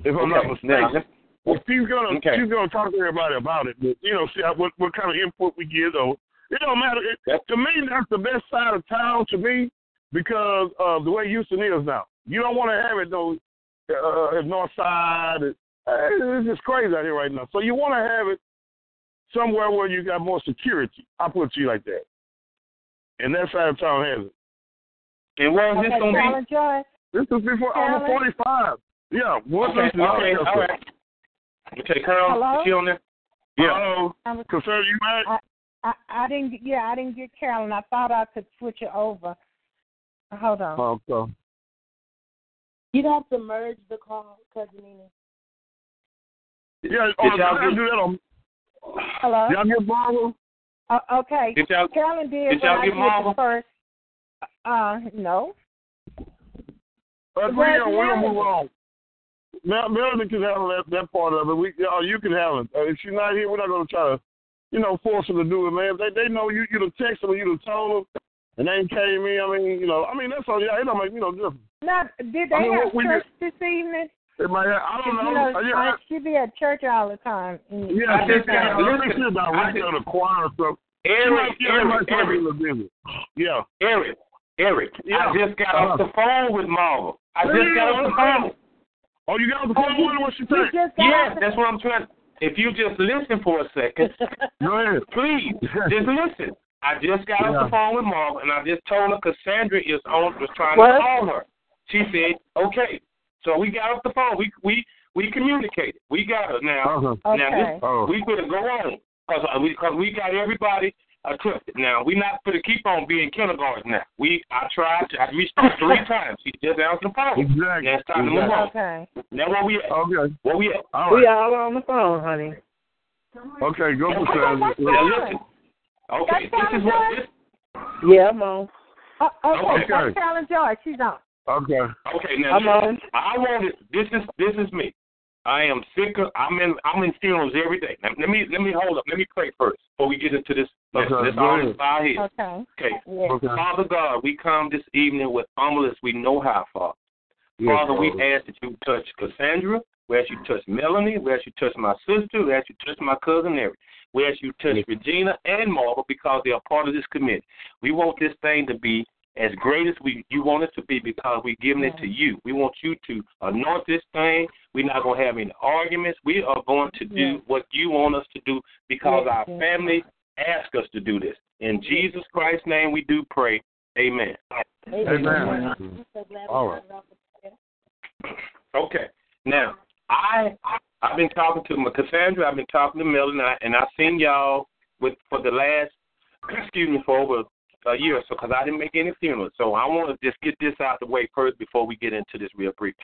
Speaker 3: if I'm not
Speaker 4: Okay. Now,
Speaker 3: mistaken. Well, she's gonna
Speaker 4: Okay.
Speaker 3: she's gonna talk to everybody about it. But, you know, see how, what what kind of input we get. Or it don't matter. It,
Speaker 4: Yep.
Speaker 3: To me, that's the best side of town to me because of the way Houston is now. You don't want to have it though. Uh, north side, uh, it's just crazy out here right now. So you want to have it somewhere where you got more security. I put it to you like that, and that side of town has it.
Speaker 4: and where is this
Speaker 2: Okay,
Speaker 4: going to be?
Speaker 2: Carla Joy.
Speaker 3: This is before I'm
Speaker 2: Dallas?
Speaker 3: 45. Yeah, what's
Speaker 4: Okay,
Speaker 3: this?
Speaker 4: all right, all right. Okay, Carl,
Speaker 2: Hello?
Speaker 4: is she on there? Yeah.
Speaker 3: Hello,
Speaker 2: I'm- Uh,
Speaker 3: concern you back?
Speaker 2: I, I didn't. get- Yeah, I didn't get Carolyn. I thought I could switch it over. Hold on.
Speaker 3: Oh, so.
Speaker 10: You'd have to merge the call, cousin Nina.
Speaker 3: Yeah,
Speaker 4: Did
Speaker 3: oh,
Speaker 4: y'all
Speaker 3: I
Speaker 4: get-
Speaker 3: do that on.
Speaker 2: Hello.
Speaker 3: Y'all get Barbara?
Speaker 2: Uh, okay.
Speaker 4: Did y'all,
Speaker 2: Carolyn did,
Speaker 4: Did
Speaker 2: what
Speaker 4: y'all
Speaker 2: I
Speaker 4: get
Speaker 2: did
Speaker 4: Marvel?
Speaker 2: the first. Uh, no.
Speaker 3: Uh, we
Speaker 2: Where's
Speaker 3: don't, we don't
Speaker 2: Melody?
Speaker 3: move on. Mel- Melody can handle that, that part of it. We, oh, you can handle it. Uh, if she's not here, we're not gonna try to, you know, force her to do it, man. If They they know you you done text them, you done told them, and they ain't came in. I mean, you know, I mean that's all. Yeah, it don't make you know difference.
Speaker 2: Now, did they
Speaker 3: I mean,
Speaker 2: have
Speaker 3: what we
Speaker 2: church this evening?
Speaker 3: It might. have- I don't know.
Speaker 2: You know,
Speaker 3: Uh, yeah,
Speaker 2: I,
Speaker 3: I-
Speaker 2: she be at church all the time. Mm.
Speaker 3: yeah,
Speaker 4: I just got-
Speaker 3: let me
Speaker 4: listen,
Speaker 3: see about
Speaker 4: I
Speaker 3: right
Speaker 4: just-
Speaker 3: on the choir or something.
Speaker 4: Eric,
Speaker 3: yeah,
Speaker 4: Eric,
Speaker 3: everybody's probably a
Speaker 4: Eric,
Speaker 3: little busy. Yeah.
Speaker 4: Eric, Eric.
Speaker 3: Yeah.
Speaker 4: I just got off the phone with Mama. I
Speaker 3: Yeah,
Speaker 4: just got
Speaker 3: yeah,
Speaker 4: off the
Speaker 3: yeah.
Speaker 4: phone.
Speaker 3: Oh, you got the
Speaker 2: Oh,
Speaker 3: phone
Speaker 2: you-
Speaker 3: one? What she
Speaker 2: You
Speaker 3: think?
Speaker 2: just got
Speaker 4: Yeah,
Speaker 2: off
Speaker 4: that's what I'm trying. If you just listen for a second,
Speaker 3: Go ahead.
Speaker 4: please just listen. I just got off
Speaker 3: Yeah.
Speaker 4: the phone with Marvel, and I just told her Cassandra is on was trying
Speaker 10: What?
Speaker 4: to call her. She said, "Okay." So we got off the phone. We we we communicated. We got her now.
Speaker 3: Uh-huh.
Speaker 4: Now
Speaker 2: Okay.
Speaker 4: this,
Speaker 3: Oh.
Speaker 4: we going to go on because we cause we got everybody uh, twisted. Now we not going to keep on being kindergarten. Now we I tried to I reached her three times. She just answered the phone.
Speaker 3: Exactly.
Speaker 4: Now it's time to move on.
Speaker 2: Okay.
Speaker 4: Now where we at?
Speaker 3: Okay.
Speaker 4: Where we at?
Speaker 3: All right.
Speaker 11: all on the phone, honey.
Speaker 3: Okay, go for Sandra.
Speaker 4: Now listen. Okay,
Speaker 2: That's
Speaker 4: this is what
Speaker 2: fine,
Speaker 4: this.
Speaker 11: Yeah, I'm on.
Speaker 2: Uh, okay.
Speaker 4: Okay.
Speaker 2: That's Carolyn Joy. She's on.
Speaker 3: Okay.
Speaker 4: Okay, now
Speaker 11: I'm
Speaker 4: listen.
Speaker 11: on.
Speaker 4: I want it. This is this is me. I am sick of. I'm in. I'm in funerals every day. Now, let me let me hold up. Let me pray first before we get into this.
Speaker 3: Okay,
Speaker 4: this
Speaker 3: go
Speaker 4: all
Speaker 3: ahead.
Speaker 4: is by here.
Speaker 2: Okay.
Speaker 4: Okay.
Speaker 2: Yeah.
Speaker 3: Okay.
Speaker 4: Father God, we come this evening with humble as we know how, Father. Father, we ask that you touch Cassandra. We ask you touch Melanie. We ask you touch my sister. We ask you touch my cousin Eric. We ask you touch Regina and Marvel because they are part of this committee. We want this thing to be
Speaker 3: as great as we you want it to be because we're giving it to you. We want you to anoint this thing. We're not going to have any arguments. We are going to do what you want us to do because
Speaker 4: Yes,
Speaker 3: our
Speaker 4: yes.
Speaker 3: family asked us to do this. In Jesus Christ's name, we do pray. Amen.
Speaker 12: Amen. All right.
Speaker 3: Okay. Now, I I've been talking to my Cassandra. I've been talking to Melanie, and I- and I've seen y'all with for the last excuse me for over a year or so because I didn't make any funerals. So I want to just get this out the way first before we get into this real brief.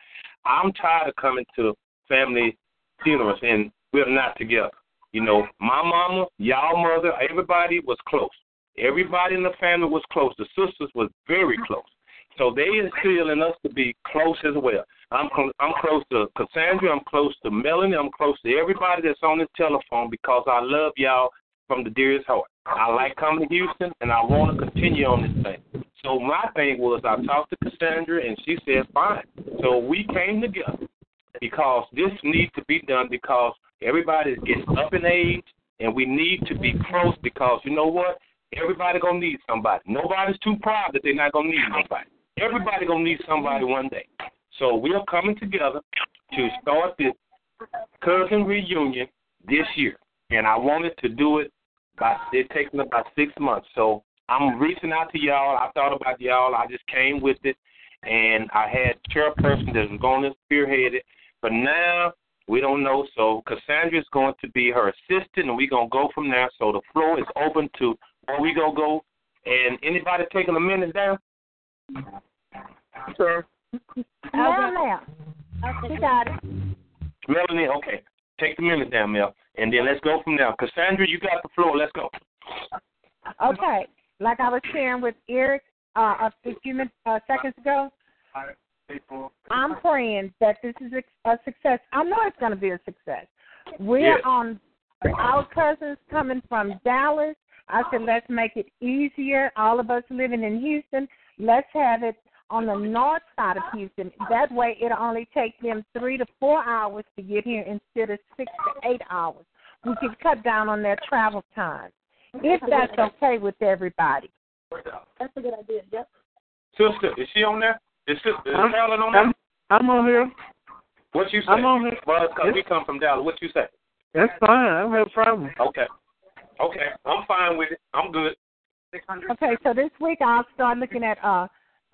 Speaker 3: I'm tired of coming to family funerals and we're not together. You know, my mama, y'all mother, everybody was close. Everybody in the family was close. The sisters was very close. So they instill in us to be close as well. I'm cl- I'm close to Cassandra. I'm close to Melanie. I'm close to everybody that's on this telephone because I love y'all from the dearest heart. I like coming to Houston, and I want to continue on this thing. So my thing was, I talked to Cassandra, and she said fine. So we came together because this needs to be done because everybody's getting up in age, and we need to be close because you know what? Everybody gonna need somebody. Nobody's too proud that they're not gonna need nobody. Everybody gonna need somebody one day. So we are coming together to start this cousin reunion this year, and I wanted to do it by it taking about six months. So I'm reaching out to y'all. I thought about y'all. I just came with it, and I had chairperson that was going to spearhead it. But now we don't know. So Cassandra's going to be her assistant, and we're gonna go from there. So the floor is open to where we gonna go. And anybody taking a minute down? Sure.
Speaker 1: Now, now. She got it.
Speaker 3: Melanie, okay. Take the minute down, Mel, and then let's go from there. Cassandra, you got the floor. Let's go.
Speaker 4: Okay. Like I was sharing with Eric uh, a few min- uh, seconds ago, I'm praying that this is a a success. I know it's going to be a success. We're
Speaker 1: Yes.
Speaker 4: on our cousins coming from Dallas. I said, let's make it easier. All of us living in Houston, let's have it on the north side of Houston. That way, it'll only take them three to four hours to get here instead of six to eight hours. We can cut down on their travel time if that's okay with everybody.
Speaker 13: That's a good idea. Yep.
Speaker 3: Sister, is she on there? Is, sister, is
Speaker 2: I'm-
Speaker 3: Carolyn on
Speaker 2: I'm-
Speaker 3: there? I'm on here. What you say?
Speaker 2: I'm on here.
Speaker 3: Well, it's 'cause we come from Dallas. What you say?
Speaker 2: That's fine. I don't have a problem.
Speaker 3: Okay. Okay. I'm fine with it. I'm good.
Speaker 4: Okay, so this week I'll start looking at uh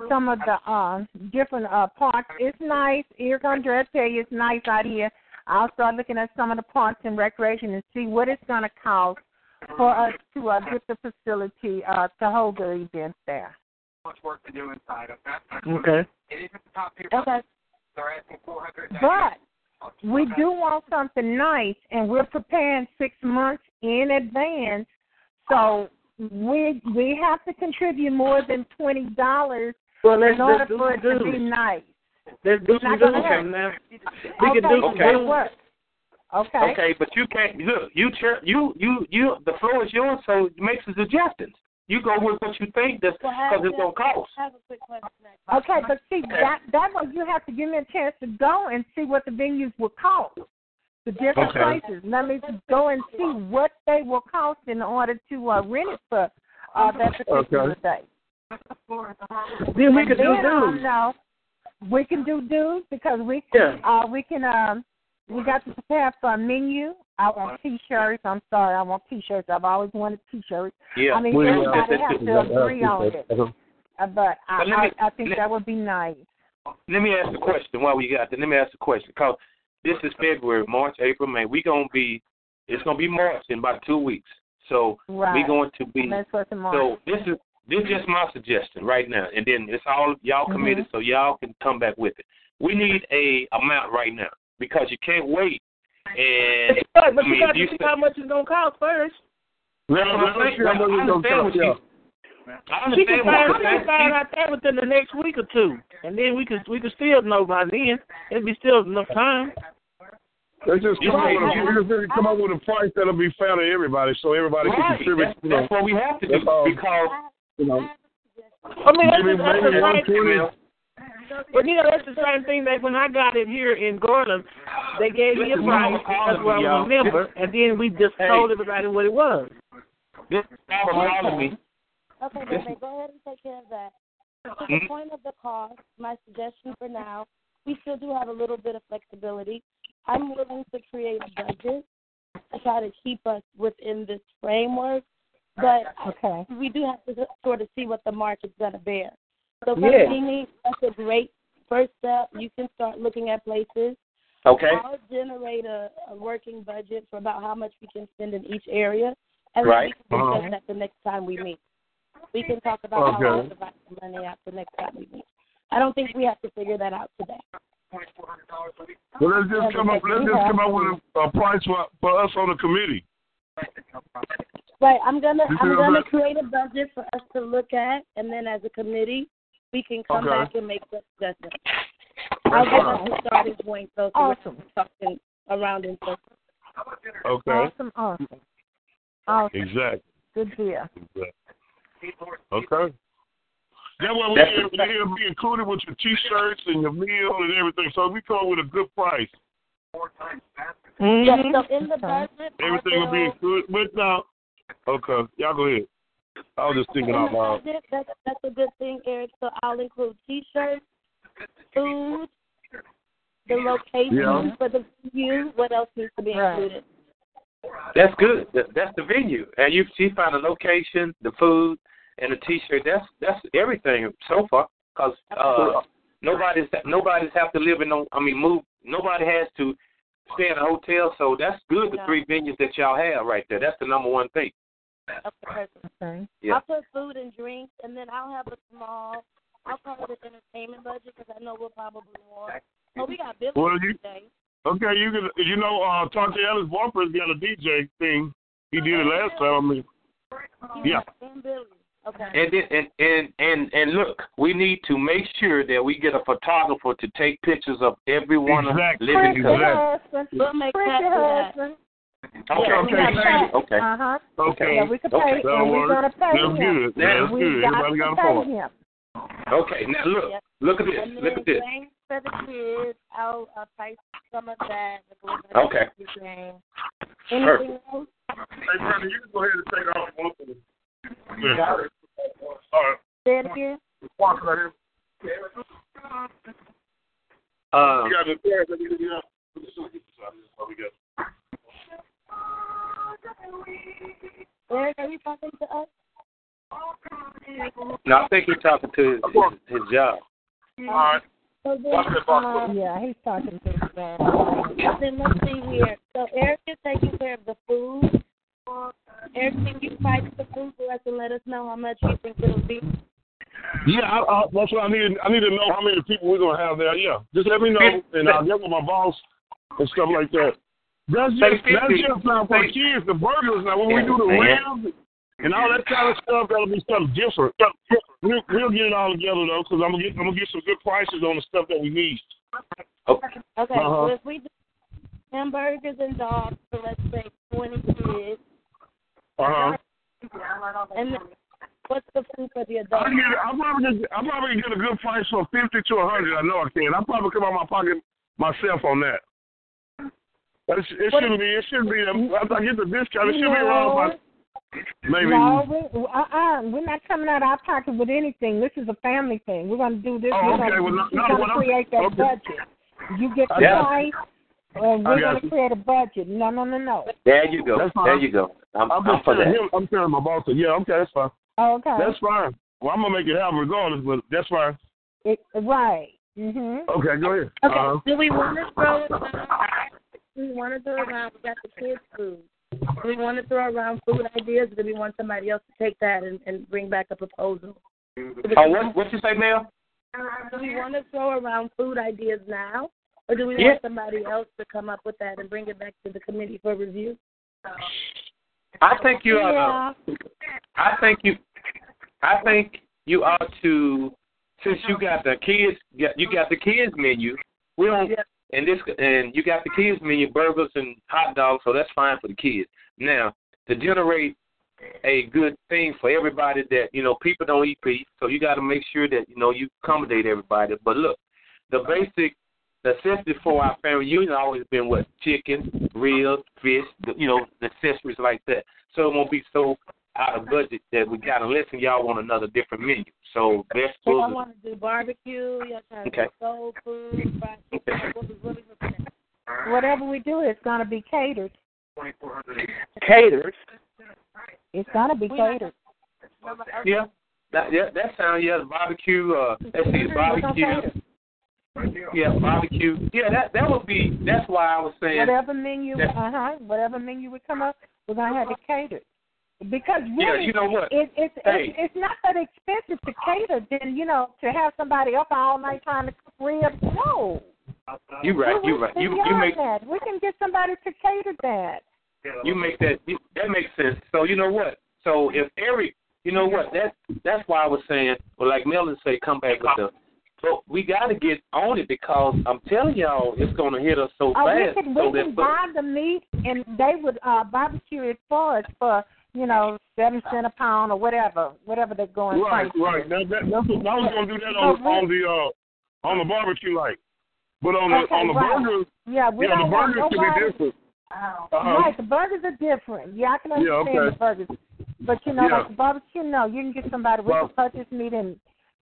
Speaker 4: some of the uh different uh parks. It's nice. Eric Andre tell you it's nice out here. I'll start looking at some of the parks and recreation and see what it's gonna cost for us to uh, get the facility uh to hold the events there.
Speaker 14: much work to do inside, okay?
Speaker 2: Okay.
Speaker 14: It isn't the top people.
Speaker 4: Okay.
Speaker 14: They're asking 400
Speaker 4: But we do want something nice, and we're preparing six months in advance. So we we have to contribute more than twenty dollars
Speaker 2: Well, let's-
Speaker 4: in order
Speaker 2: let's do
Speaker 4: for it
Speaker 2: some
Speaker 4: to be
Speaker 2: do's.
Speaker 4: nice.
Speaker 2: Let's do
Speaker 4: It's
Speaker 2: some
Speaker 4: not
Speaker 2: doing
Speaker 4: gonna
Speaker 2: something now.
Speaker 4: hurt.
Speaker 2: We can do some
Speaker 3: Okay.
Speaker 2: doing.
Speaker 4: work. Okay.
Speaker 3: Okay, but you can't look. You chair. You you you. The floor is yours, so make some suggestions. You go with what you think that's because it's gonna cost.
Speaker 13: I have a quick question.
Speaker 4: Okay, but see that that way you have to give me a chance to go and see what the venues will cost. The different
Speaker 1: Okay.
Speaker 4: places. Let me go and see what they will cost in order to uh, rent it for uh, that particular
Speaker 1: Okay.
Speaker 4: day.
Speaker 1: Then we could do
Speaker 4: And then I'll
Speaker 1: dues.
Speaker 4: know. We can do dues because we
Speaker 1: Yeah.
Speaker 4: uh, we can um we got to prepare for a menu. I want T-shirts. I'm sorry, I want T-shirts. I've always wanted T-shirts. I mean, everybody has to agree on it.
Speaker 2: Uh-huh.
Speaker 4: Uh, But I,
Speaker 3: But let me-
Speaker 4: I, I think that would be nice.
Speaker 3: Let me ask the question while we got. There. Let me ask the question because this is February, March, April, May. We gonna be. It's gonna be March in about two weeks. So
Speaker 4: Right.
Speaker 3: we going to be.
Speaker 4: That's what's in
Speaker 3: So
Speaker 4: mind.
Speaker 3: this is this is just my suggestion right now, and then it's all y'all committed, so y'all can come back with it. We need a amount right now because you can't wait. And
Speaker 2: But, but
Speaker 3: I
Speaker 2: you
Speaker 3: mean,
Speaker 2: got
Speaker 3: you
Speaker 2: to see how much it's gonna cost first.
Speaker 3: That's what I'm saying. I understand what you. I
Speaker 2: She can find,
Speaker 3: understand what you're
Speaker 2: we can
Speaker 3: saying.
Speaker 2: find out that within the next week or two, and then we could we could still know by then. It'd be still enough time.
Speaker 12: Let's just
Speaker 2: You
Speaker 12: come up,
Speaker 2: say-
Speaker 12: with a, we just need to come up with a price that'll be fair to everybody, so everybody
Speaker 2: Right.
Speaker 12: can contribute.
Speaker 2: That's-
Speaker 12: you know,
Speaker 2: that's what we have to do,
Speaker 12: that's all,
Speaker 3: because
Speaker 12: you know,
Speaker 2: I mean, that's
Speaker 12: maybe,
Speaker 2: just, that's
Speaker 12: maybe
Speaker 2: just
Speaker 12: one
Speaker 2: like,
Speaker 12: twenty.
Speaker 2: but you know, that's the same thing that when I got it here in Gordon, they gave me a
Speaker 3: Listen,
Speaker 2: price
Speaker 3: I'm
Speaker 2: because
Speaker 3: calling
Speaker 2: I
Speaker 3: you,
Speaker 2: was
Speaker 3: y'all.
Speaker 2: a member, and then we just
Speaker 3: Hey.
Speaker 2: told everybody what it was.
Speaker 3: This is calling me.
Speaker 13: Okay, baby, go ahead and take care of that.
Speaker 2: to
Speaker 4: Mm-hmm.
Speaker 2: the point of the cost, my suggestion for now, we still do have a little bit of flexibility. I'm willing to create a budget to try to keep us within this framework, but
Speaker 4: Okay.
Speaker 2: we do have to just sort of see what the market's going to bear. So,
Speaker 4: Yeah.
Speaker 2: Martini, that's a great first step. You can start looking at places.
Speaker 5: Okay.
Speaker 2: I'll generate a, a working budget for about how much we can spend in each area, and
Speaker 5: Right.
Speaker 2: then we can
Speaker 5: Uh-huh.
Speaker 2: discuss that the next time we meet. We can talk about how
Speaker 5: Okay.
Speaker 2: to divide the money out the next time we meet. I don't think we have to figure that out today.
Speaker 3: Well, let's just come up. Let's just come up with a, a price for, for us on the committee.
Speaker 2: Right, I'm gonna
Speaker 3: You see
Speaker 2: I'm
Speaker 3: what I'm
Speaker 2: gonna
Speaker 3: saying?
Speaker 2: create a budget for us to look at, and then as a committee, we can come
Speaker 3: Okay.
Speaker 2: back and make the assessment. I'll give us the starting point, so so we're talking around in circles.
Speaker 3: Okay.
Speaker 4: Awesome, awesome. Awesome.
Speaker 3: Exactly.
Speaker 4: Good deal.
Speaker 3: exactly. Okay. That way we
Speaker 4: That's
Speaker 3: can
Speaker 4: the-
Speaker 3: will be included with your T-shirts and your meal and everything. So we come up with a good price.
Speaker 2: Yes, so in the budget, I
Speaker 3: Mm-hmm. Everything will be
Speaker 2: will-
Speaker 3: included. But now, okay, y'all go ahead. I was just thinking
Speaker 2: in
Speaker 3: out
Speaker 2: the
Speaker 3: loud.
Speaker 2: budget, that's, that's a good thing, Eric. So I'll include T-shirts, food, the location
Speaker 5: Yeah.
Speaker 2: for the view. What else needs to be included?
Speaker 5: That's good. That- That's the venue, and you she found the location, the food, and the T-shirt. That's that's everything so far, because uh, nobody's nobody's have to live in no. I mean, move. Nobody has to stay in a hotel, so that's good. The
Speaker 2: Yeah.
Speaker 5: three venues that y'all have right there. That's the number one thing.
Speaker 2: Okay, perfect.
Speaker 4: Okay.
Speaker 5: Yeah.
Speaker 2: I'll put food and drinks, and then I'll have a small. I'll call it an entertainment budget because I know we'll probably want. Oh, we got bills
Speaker 3: Well, you-
Speaker 2: today.
Speaker 3: Okay, you can. You know, uh, Tante Ellis Walker's got a DJ thing. He did it last time. I mean, yeah.
Speaker 2: And Billy. Okay.
Speaker 5: And then, and, and and and look, we need to make sure that we get a photographer to take pictures of everyone
Speaker 3: Exactly.
Speaker 5: living
Speaker 3: Exactly.
Speaker 5: together.
Speaker 2: We'll make
Speaker 4: Friend
Speaker 2: that
Speaker 4: your
Speaker 2: for that.
Speaker 4: husband.
Speaker 5: Okay.
Speaker 3: Okay, thank you.
Speaker 5: Okay.
Speaker 4: Uh huh.
Speaker 3: Okay.
Speaker 4: Yeah, we could pay
Speaker 3: Okay.
Speaker 4: him.
Speaker 3: That'll
Speaker 4: We're
Speaker 3: work.
Speaker 4: gonna pay
Speaker 3: That's
Speaker 4: him.
Speaker 3: good. That's
Speaker 4: we
Speaker 3: good.
Speaker 4: Got
Speaker 3: Everybody
Speaker 4: to
Speaker 3: got a
Speaker 4: pay
Speaker 3: phone.
Speaker 4: him.
Speaker 5: Okay. Now look, look at this.
Speaker 2: And then
Speaker 5: Look at this.
Speaker 2: games for the kids. I'll uh, price some of that. with a little bit of
Speaker 5: Okay.
Speaker 2: the game.
Speaker 5: Perfect.
Speaker 2: Anything else?
Speaker 3: Hey, Brandon, you can go ahead and take off one of them. Yeah. All right.
Speaker 2: Say it again.
Speaker 3: Walker right here.
Speaker 5: Uh,
Speaker 3: You got the yeah, let me get it up. Let me see what you- sorry, this is what we got.
Speaker 2: Eric, are you talking to us?
Speaker 5: No, I think he's talking to his, his, his job.
Speaker 3: All right.
Speaker 2: So then,
Speaker 3: Walker, Walker.
Speaker 2: um,
Speaker 4: Yeah, he's talking to his dad.
Speaker 2: then let's see here. So Eric is taking care of the food. Uh, Eric, can you price the food for us and let us know how much you think it'll be?
Speaker 3: Yeah, I, I, that's what I need. I need to know how many people we're gonna have there. Yeah, just let me know, and I'll get with my boss and stuff like that. That's
Speaker 5: Say
Speaker 3: just that's
Speaker 5: 50.
Speaker 3: just not for the kids, the burglars. Now when we do the
Speaker 5: Yeah, man.
Speaker 3: rounds and all that kind of stuff, that'll be something different. We'll, we'll get it all together though, because I'm gonna get I'm gonna get some good prices on the stuff that we need.
Speaker 2: Okay,
Speaker 3: Uh-huh.
Speaker 2: so if we do hamburgers and dogs for let's say twenty kids,
Speaker 3: Uh huh.
Speaker 2: and then what's the food for the adults?
Speaker 3: I get I probably get, I probably get a good price from fifty to a hundred. I know I can. I probably come out my pocket myself on that. But it, sh- it
Speaker 2: What-
Speaker 3: shouldn't be. It shouldn't be. After I get the discount, it
Speaker 4: You
Speaker 3: should be around
Speaker 4: know,
Speaker 3: about maybe.
Speaker 4: No, we, uh-uh, we're not coming out of our pocket with anything. This is a family thing. We're going to do this.
Speaker 3: Oh,
Speaker 4: we're
Speaker 3: okay.
Speaker 4: gonna,
Speaker 3: Well, no-
Speaker 4: we're
Speaker 3: no,
Speaker 4: gonna
Speaker 3: what I'm-
Speaker 4: create that
Speaker 3: okay.
Speaker 4: budget. You get the
Speaker 5: Yeah.
Speaker 4: price,
Speaker 2: uh,
Speaker 4: and
Speaker 3: I
Speaker 4: we're
Speaker 3: got
Speaker 4: going to
Speaker 3: you.
Speaker 4: create a budget. No, no, no, no.
Speaker 5: There you go.
Speaker 3: That's fine.
Speaker 5: There you go. I'm,
Speaker 3: I'm
Speaker 5: I'm,
Speaker 3: just
Speaker 5: for
Speaker 3: telling
Speaker 5: that.
Speaker 3: him. I'm telling my boss. that, Yeah, okay, that's fine.
Speaker 4: Okay.
Speaker 3: That's fine. Well, I'm gonna make it happen regardless, but that's fine.
Speaker 4: It, right. Mhm.
Speaker 3: Okay, go ahead.
Speaker 2: Mm-hmm. Okay.
Speaker 3: Uh-huh.
Speaker 2: Do we want to throw around? Do we want to throw around? We got the kids' food. Do we want to throw around food ideas? Or do we want somebody else to take that and, and bring back a proposal?
Speaker 5: Oh, what what you say, Mel?
Speaker 2: Do we want to throw around food ideas now, or do we
Speaker 5: Yeah.
Speaker 2: want somebody else to come up with that and bring it back to the committee for review?
Speaker 5: I think you ought to. I think you. I think you ought to. Since you got the kids, you got the kids menu. We don't. And this and you got the kids menu burgers and hot dogs, so that's fine for the kids. Now to generate a good thing for everybody that you know people don't eat beef, so you got to make sure that you know you accommodate everybody. But look, the basic necessity for our family union always been what chicken, ribs, fish, you know, necessities like that. So it won't be so
Speaker 3: out of budget that we got unless y'all want another different menu. So
Speaker 2: Y'all
Speaker 3: vegetables.
Speaker 2: want to do barbecue. Y'all trying to
Speaker 3: Okay.
Speaker 2: do soul food. Fried chicken. What was really
Speaker 4: Whatever we do, it's gonna be catered.
Speaker 15: Catered.
Speaker 4: It's gonna be
Speaker 2: We-
Speaker 4: catered.
Speaker 3: Yeah. That, yeah, that sounds yeah. Barbecue. Uh, let's see, barbecue. Yeah, barbecue. Yeah, that that would be. That's why I was saying.
Speaker 4: Whatever menu,
Speaker 3: Yeah.
Speaker 4: uh huh. Whatever menu we come up, we're gonna have it catered. Because
Speaker 3: Yeah,
Speaker 4: really,
Speaker 3: you know what?
Speaker 4: It, it's
Speaker 3: Hey.
Speaker 4: it's it's not that expensive to cater than you know to have somebody up all night trying to cook ribs. No,
Speaker 3: You right. You right. You you
Speaker 4: beyond
Speaker 3: make
Speaker 4: that, we can get somebody to cater that.
Speaker 3: you make that you, that makes sense. So you know what? So if every you know what that that's why I was saying. Well, like Melvin say, come back with the. So we got to get on it because I'm telling y'all, it's gonna hit us so
Speaker 4: Uh, we
Speaker 3: fast.
Speaker 4: could
Speaker 3: so
Speaker 4: we
Speaker 3: that
Speaker 4: could buy the meat and they would uh barbecue it for us for you know seven cent a pound or whatever whatever they're going
Speaker 16: Right,
Speaker 4: price
Speaker 16: right.
Speaker 4: is.
Speaker 16: Now that, that's what, I was gonna do that
Speaker 4: Oh,
Speaker 16: on on the uh on the barbecue like, but on the
Speaker 4: Okay,
Speaker 16: on the
Speaker 4: right.
Speaker 16: burgers,
Speaker 4: Yeah, we
Speaker 16: yeah, the
Speaker 4: don't want
Speaker 16: burgers can
Speaker 4: nobody- Oh.
Speaker 16: be different. Uh-huh.
Speaker 4: Right, the burgers are different. Yeah, I can
Speaker 16: Yeah,
Speaker 4: understand
Speaker 16: okay.
Speaker 4: the burgers, but you know,
Speaker 16: Yeah.
Speaker 4: like the barbecue, no, you can get somebody we can purchase meat and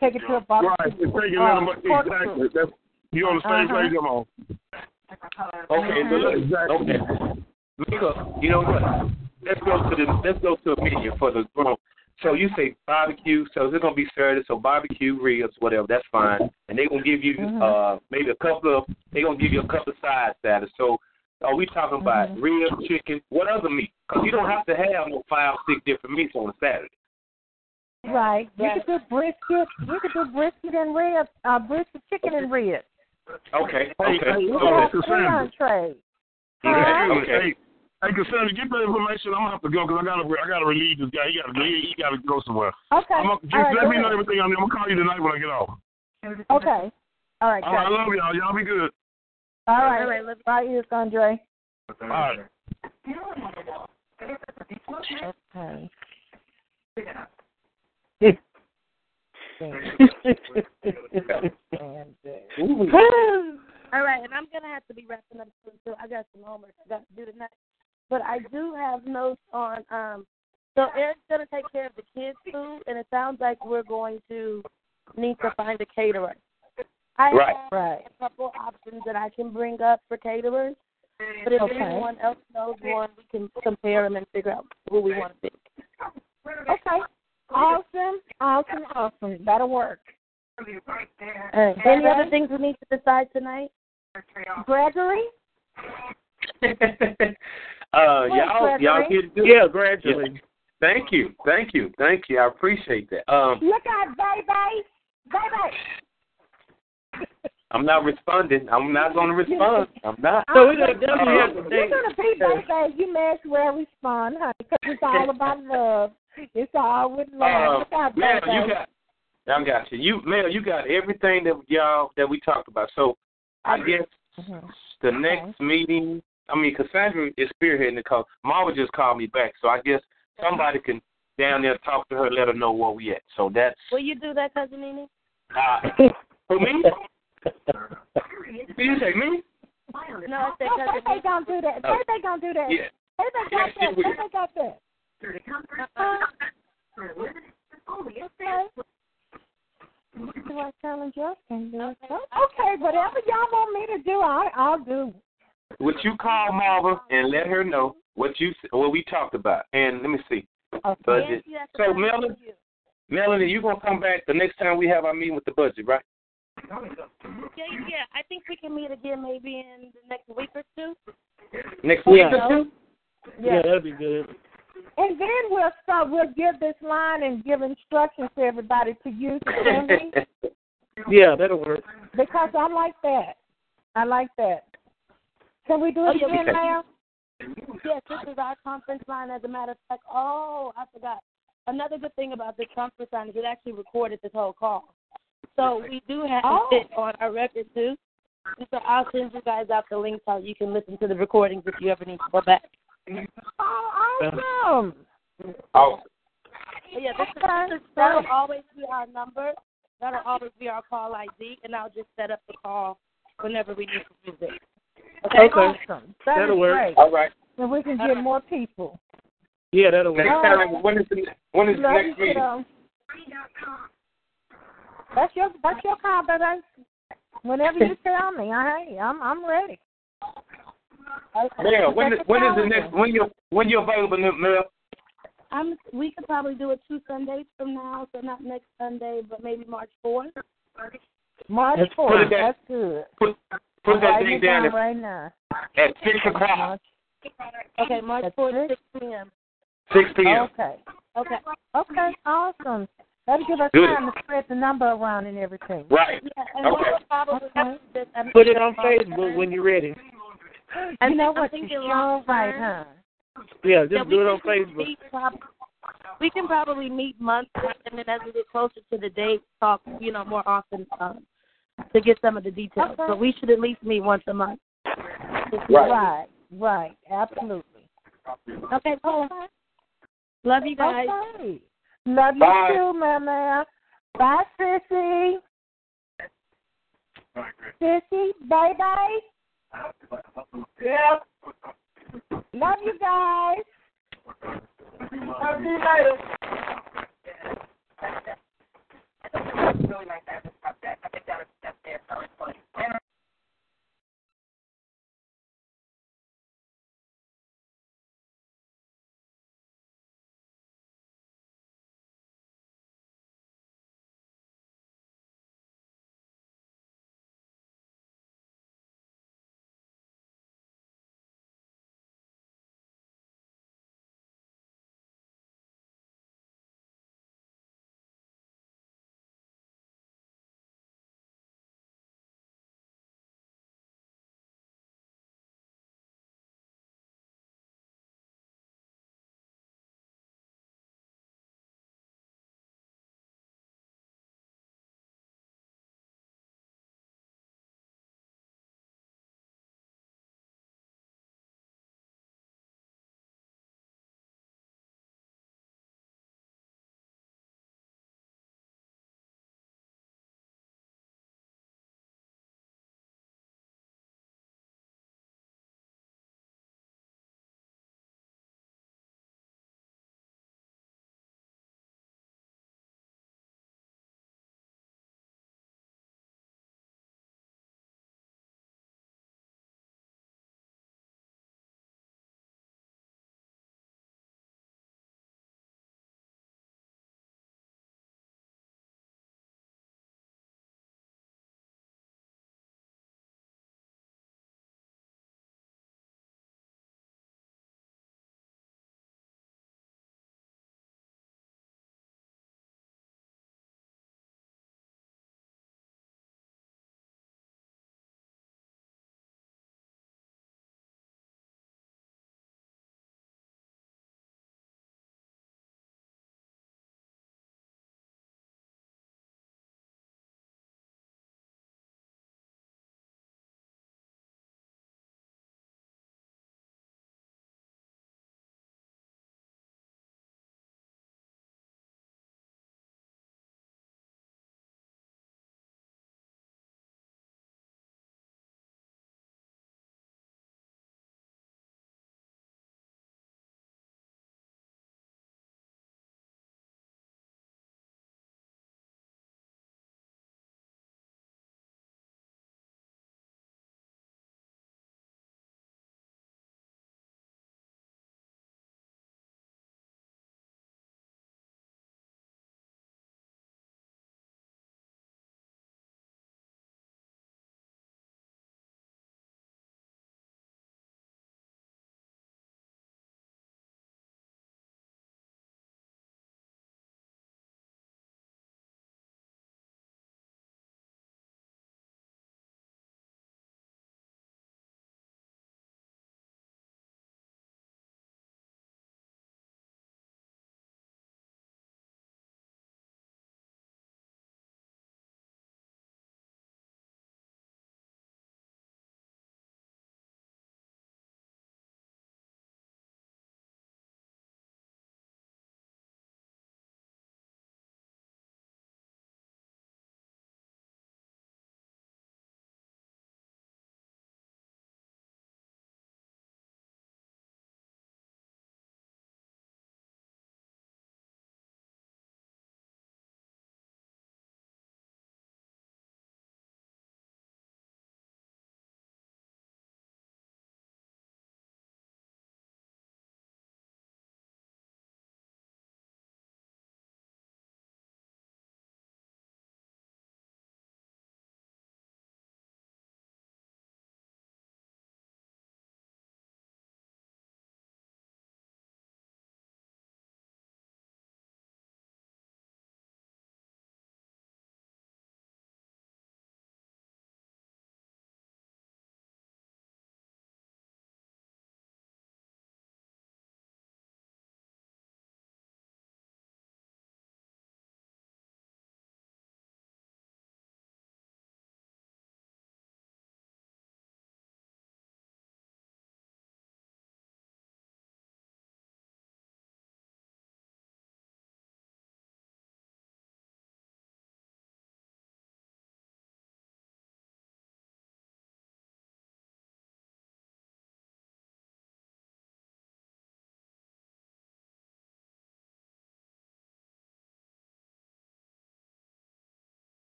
Speaker 4: take it to a barbecue.
Speaker 16: Right, it's taking
Speaker 4: uh,
Speaker 16: that much
Speaker 4: pork
Speaker 16: exactly.
Speaker 4: shoot.
Speaker 16: That's you on the same
Speaker 4: Uh-huh.
Speaker 16: page I'm on. Uh-huh.
Speaker 3: Okay, but look, okay. Mika, you know what? Let's go to the let's go to a menu for the grown. So you say barbecue, so it's gonna be Saturday, so barbecue ribs, whatever, that's fine. And they're gonna give you
Speaker 16: Uh-huh.
Speaker 3: uh maybe a couple of they're gonna give you a couple of sides salads. So are we talking
Speaker 16: Uh-huh.
Speaker 3: about ribs, chicken, what other meat? Because you don't have to have no five, six different meats on a Saturday.
Speaker 4: Right, you could do brisket. You could do brisket and ribs, uh, brisket chicken and ribs.
Speaker 3: Okay.
Speaker 16: Hey,
Speaker 3: okay.
Speaker 16: hey,
Speaker 4: You could
Speaker 16: okay,
Speaker 4: have three
Speaker 16: Cassandra.
Speaker 4: entrees.
Speaker 16: Hey,
Speaker 3: Okay, okay.
Speaker 16: hey, hey, Cassandra, get that information. I'm gonna have to go because I gotta I gotta relieve this guy. He gotta leave. He gotta go somewhere.
Speaker 4: Okay.
Speaker 16: I'm gonna, just
Speaker 4: All right,
Speaker 16: let
Speaker 4: go
Speaker 16: me know
Speaker 4: ahead.
Speaker 16: everything. I'm, I'm gonna call you tonight when I get off.
Speaker 4: Okay. All right.
Speaker 16: All right, I
Speaker 4: good.
Speaker 16: love y'all. Y'all be good.
Speaker 4: All right. All right. Let's buy you, Andre.
Speaker 16: All right.
Speaker 4: Okay.
Speaker 2: All right, and I'm gonna have to be wrapping up soon too. I got some homework I got to do tonight. But I do have notes on um so Eric's gonna take care of the kids food and it sounds like we're going to need to find a caterer. I
Speaker 4: Right.
Speaker 2: have
Speaker 4: Right.
Speaker 2: a couple options that I can bring up for caterers. But if
Speaker 4: Okay.
Speaker 2: anyone else knows one, we can compare them and figure out who we want to pick.
Speaker 4: Okay. Awesome. Awesome. Awesome. That'll work.
Speaker 2: All right. Any
Speaker 4: Okay.
Speaker 2: other things we need to decide tonight?
Speaker 4: Gregory?
Speaker 3: Uh,
Speaker 4: Hey,
Speaker 3: y'all, y'all
Speaker 4: Gregory.
Speaker 3: get good.
Speaker 15: Yeah, gradually.
Speaker 3: Thank you, thank you, thank you. I appreciate that. Um,
Speaker 17: Look out, baby. Baby.
Speaker 3: I'm not responding. I'm not going to respond. I'm not.
Speaker 15: So we're gonna definitely
Speaker 3: Uh,
Speaker 15: have to
Speaker 4: You're
Speaker 15: date.
Speaker 4: gonna be baby. You may as well respond, honey, because it's all about love. It's all with love.
Speaker 3: um,
Speaker 4: Look out,
Speaker 3: ma'am,
Speaker 4: baby.
Speaker 3: you got. I got you. You, ma'am, you got everything that y'all that we talked about. So I guess
Speaker 4: Mm-hmm.
Speaker 3: the next meeting. I mean, Cassandra is spearheading the call. Mama just called me back, so I guess somebody can down there talk to her, let her know where we at. So that's
Speaker 2: Will you do that, cousin Nene?
Speaker 3: uh, for me. Did you say me?
Speaker 2: No, I said
Speaker 4: No,
Speaker 2: cousin
Speaker 4: baby gonna do that.
Speaker 3: Oh.
Speaker 4: Baby gonna do that.
Speaker 3: Yeah.
Speaker 4: Baby got
Speaker 3: Yeah,
Speaker 4: that.
Speaker 3: she will.
Speaker 4: Baby got that. Do I tell him Justin? Do I tell- Okay, whatever y'all want me to do, I, I'll do.
Speaker 3: Would you call Marva and let her know what you what we talked about? And let me see. Budget.
Speaker 2: Nancy, that's
Speaker 3: So
Speaker 2: a cousin
Speaker 3: Melanie,
Speaker 2: to you.
Speaker 3: Melanie, you gonna come back the next time we have our meeting with the budget, right?
Speaker 2: Yeah, yeah. I think we can meet again maybe in the next week or two.
Speaker 3: Oh. Next week
Speaker 15: Yeah.
Speaker 3: or two?
Speaker 15: Yeah, that'd be good.
Speaker 4: And then we'll start. We'll give this line and give instructions to everybody to use it, Cindy,
Speaker 15: Yeah, that'll work.
Speaker 4: because I like that. I like that. Can we do
Speaker 2: Oh,
Speaker 4: it
Speaker 2: yeah, we
Speaker 4: again
Speaker 3: can.
Speaker 4: now?
Speaker 2: Yes, this is our conference line. As a matter of fact, oh, I forgot. Another good thing about this conference line is it actually recorded this whole call. So we do have
Speaker 4: Oh.
Speaker 2: it on our record too. And so I'll send you guys out the link so you can listen to the recordings if you ever need to go back. Um,
Speaker 4: Oh, awesome.
Speaker 3: oh,
Speaker 2: But yeah, this is, that'll always be our number. That'll always be our call ID, and I'll just set up the call whenever we need to use it.
Speaker 15: Okay.
Speaker 4: Awesome. That
Speaker 15: That'll
Speaker 4: is
Speaker 15: work.
Speaker 4: great.
Speaker 3: all right.
Speaker 4: And we can get more people.
Speaker 18: Yeah, that'll work.
Speaker 3: Next time, when is the, when is the
Speaker 4: Love
Speaker 3: next
Speaker 4: you,
Speaker 3: meeting?
Speaker 4: kiddo. That's your that's your call, baby. Whenever you tell me, I I'm I'm ready.
Speaker 3: Mel, when is, when is the
Speaker 4: calendar.
Speaker 3: next when you when you available, Mel?
Speaker 2: I'm. We could probably do it two Sundays from now, so not next Sunday, but maybe March fourth.
Speaker 4: March
Speaker 3: Let's put it
Speaker 4: fourth.
Speaker 3: down.
Speaker 4: That's good.
Speaker 3: Put put
Speaker 4: I'm
Speaker 3: that
Speaker 4: writing
Speaker 3: thing
Speaker 4: it down
Speaker 3: down at,
Speaker 4: right now.
Speaker 3: at six o'clock,
Speaker 2: Okay, March fourth, six p.m.
Speaker 3: six p.m.
Speaker 4: Okay.
Speaker 2: Okay.
Speaker 4: Okay. Awesome. That'll give us
Speaker 3: Good.
Speaker 4: time to spread the number around and everything.
Speaker 3: Right.
Speaker 2: Yeah, and what
Speaker 3: Okay.
Speaker 2: we'll probably
Speaker 4: Okay.
Speaker 2: do is- I'm-
Speaker 18: Put it on Facebook when you're ready.
Speaker 4: You know
Speaker 2: I'm
Speaker 4: what? You're
Speaker 2: thinking
Speaker 4: sure
Speaker 2: long
Speaker 4: right, huh?
Speaker 2: term.
Speaker 18: Yeah,
Speaker 2: Yeah,
Speaker 18: just
Speaker 2: we
Speaker 18: do it on
Speaker 2: can
Speaker 18: Facebook.
Speaker 2: meet prob- We can probably meet monthly, and then as we get closer to the date, talk, you know, more often um, to get some of the details.
Speaker 4: Okay.
Speaker 2: But we should at least meet once a month.
Speaker 4: Right. Right. Absolutely.
Speaker 2: Okay, cool. Love you guys.
Speaker 4: Okay. Love you
Speaker 3: Bye.
Speaker 4: too, Mama. Bye, Sissy. Sissy, bye bye. Yep. Love you guys. Talk to you later.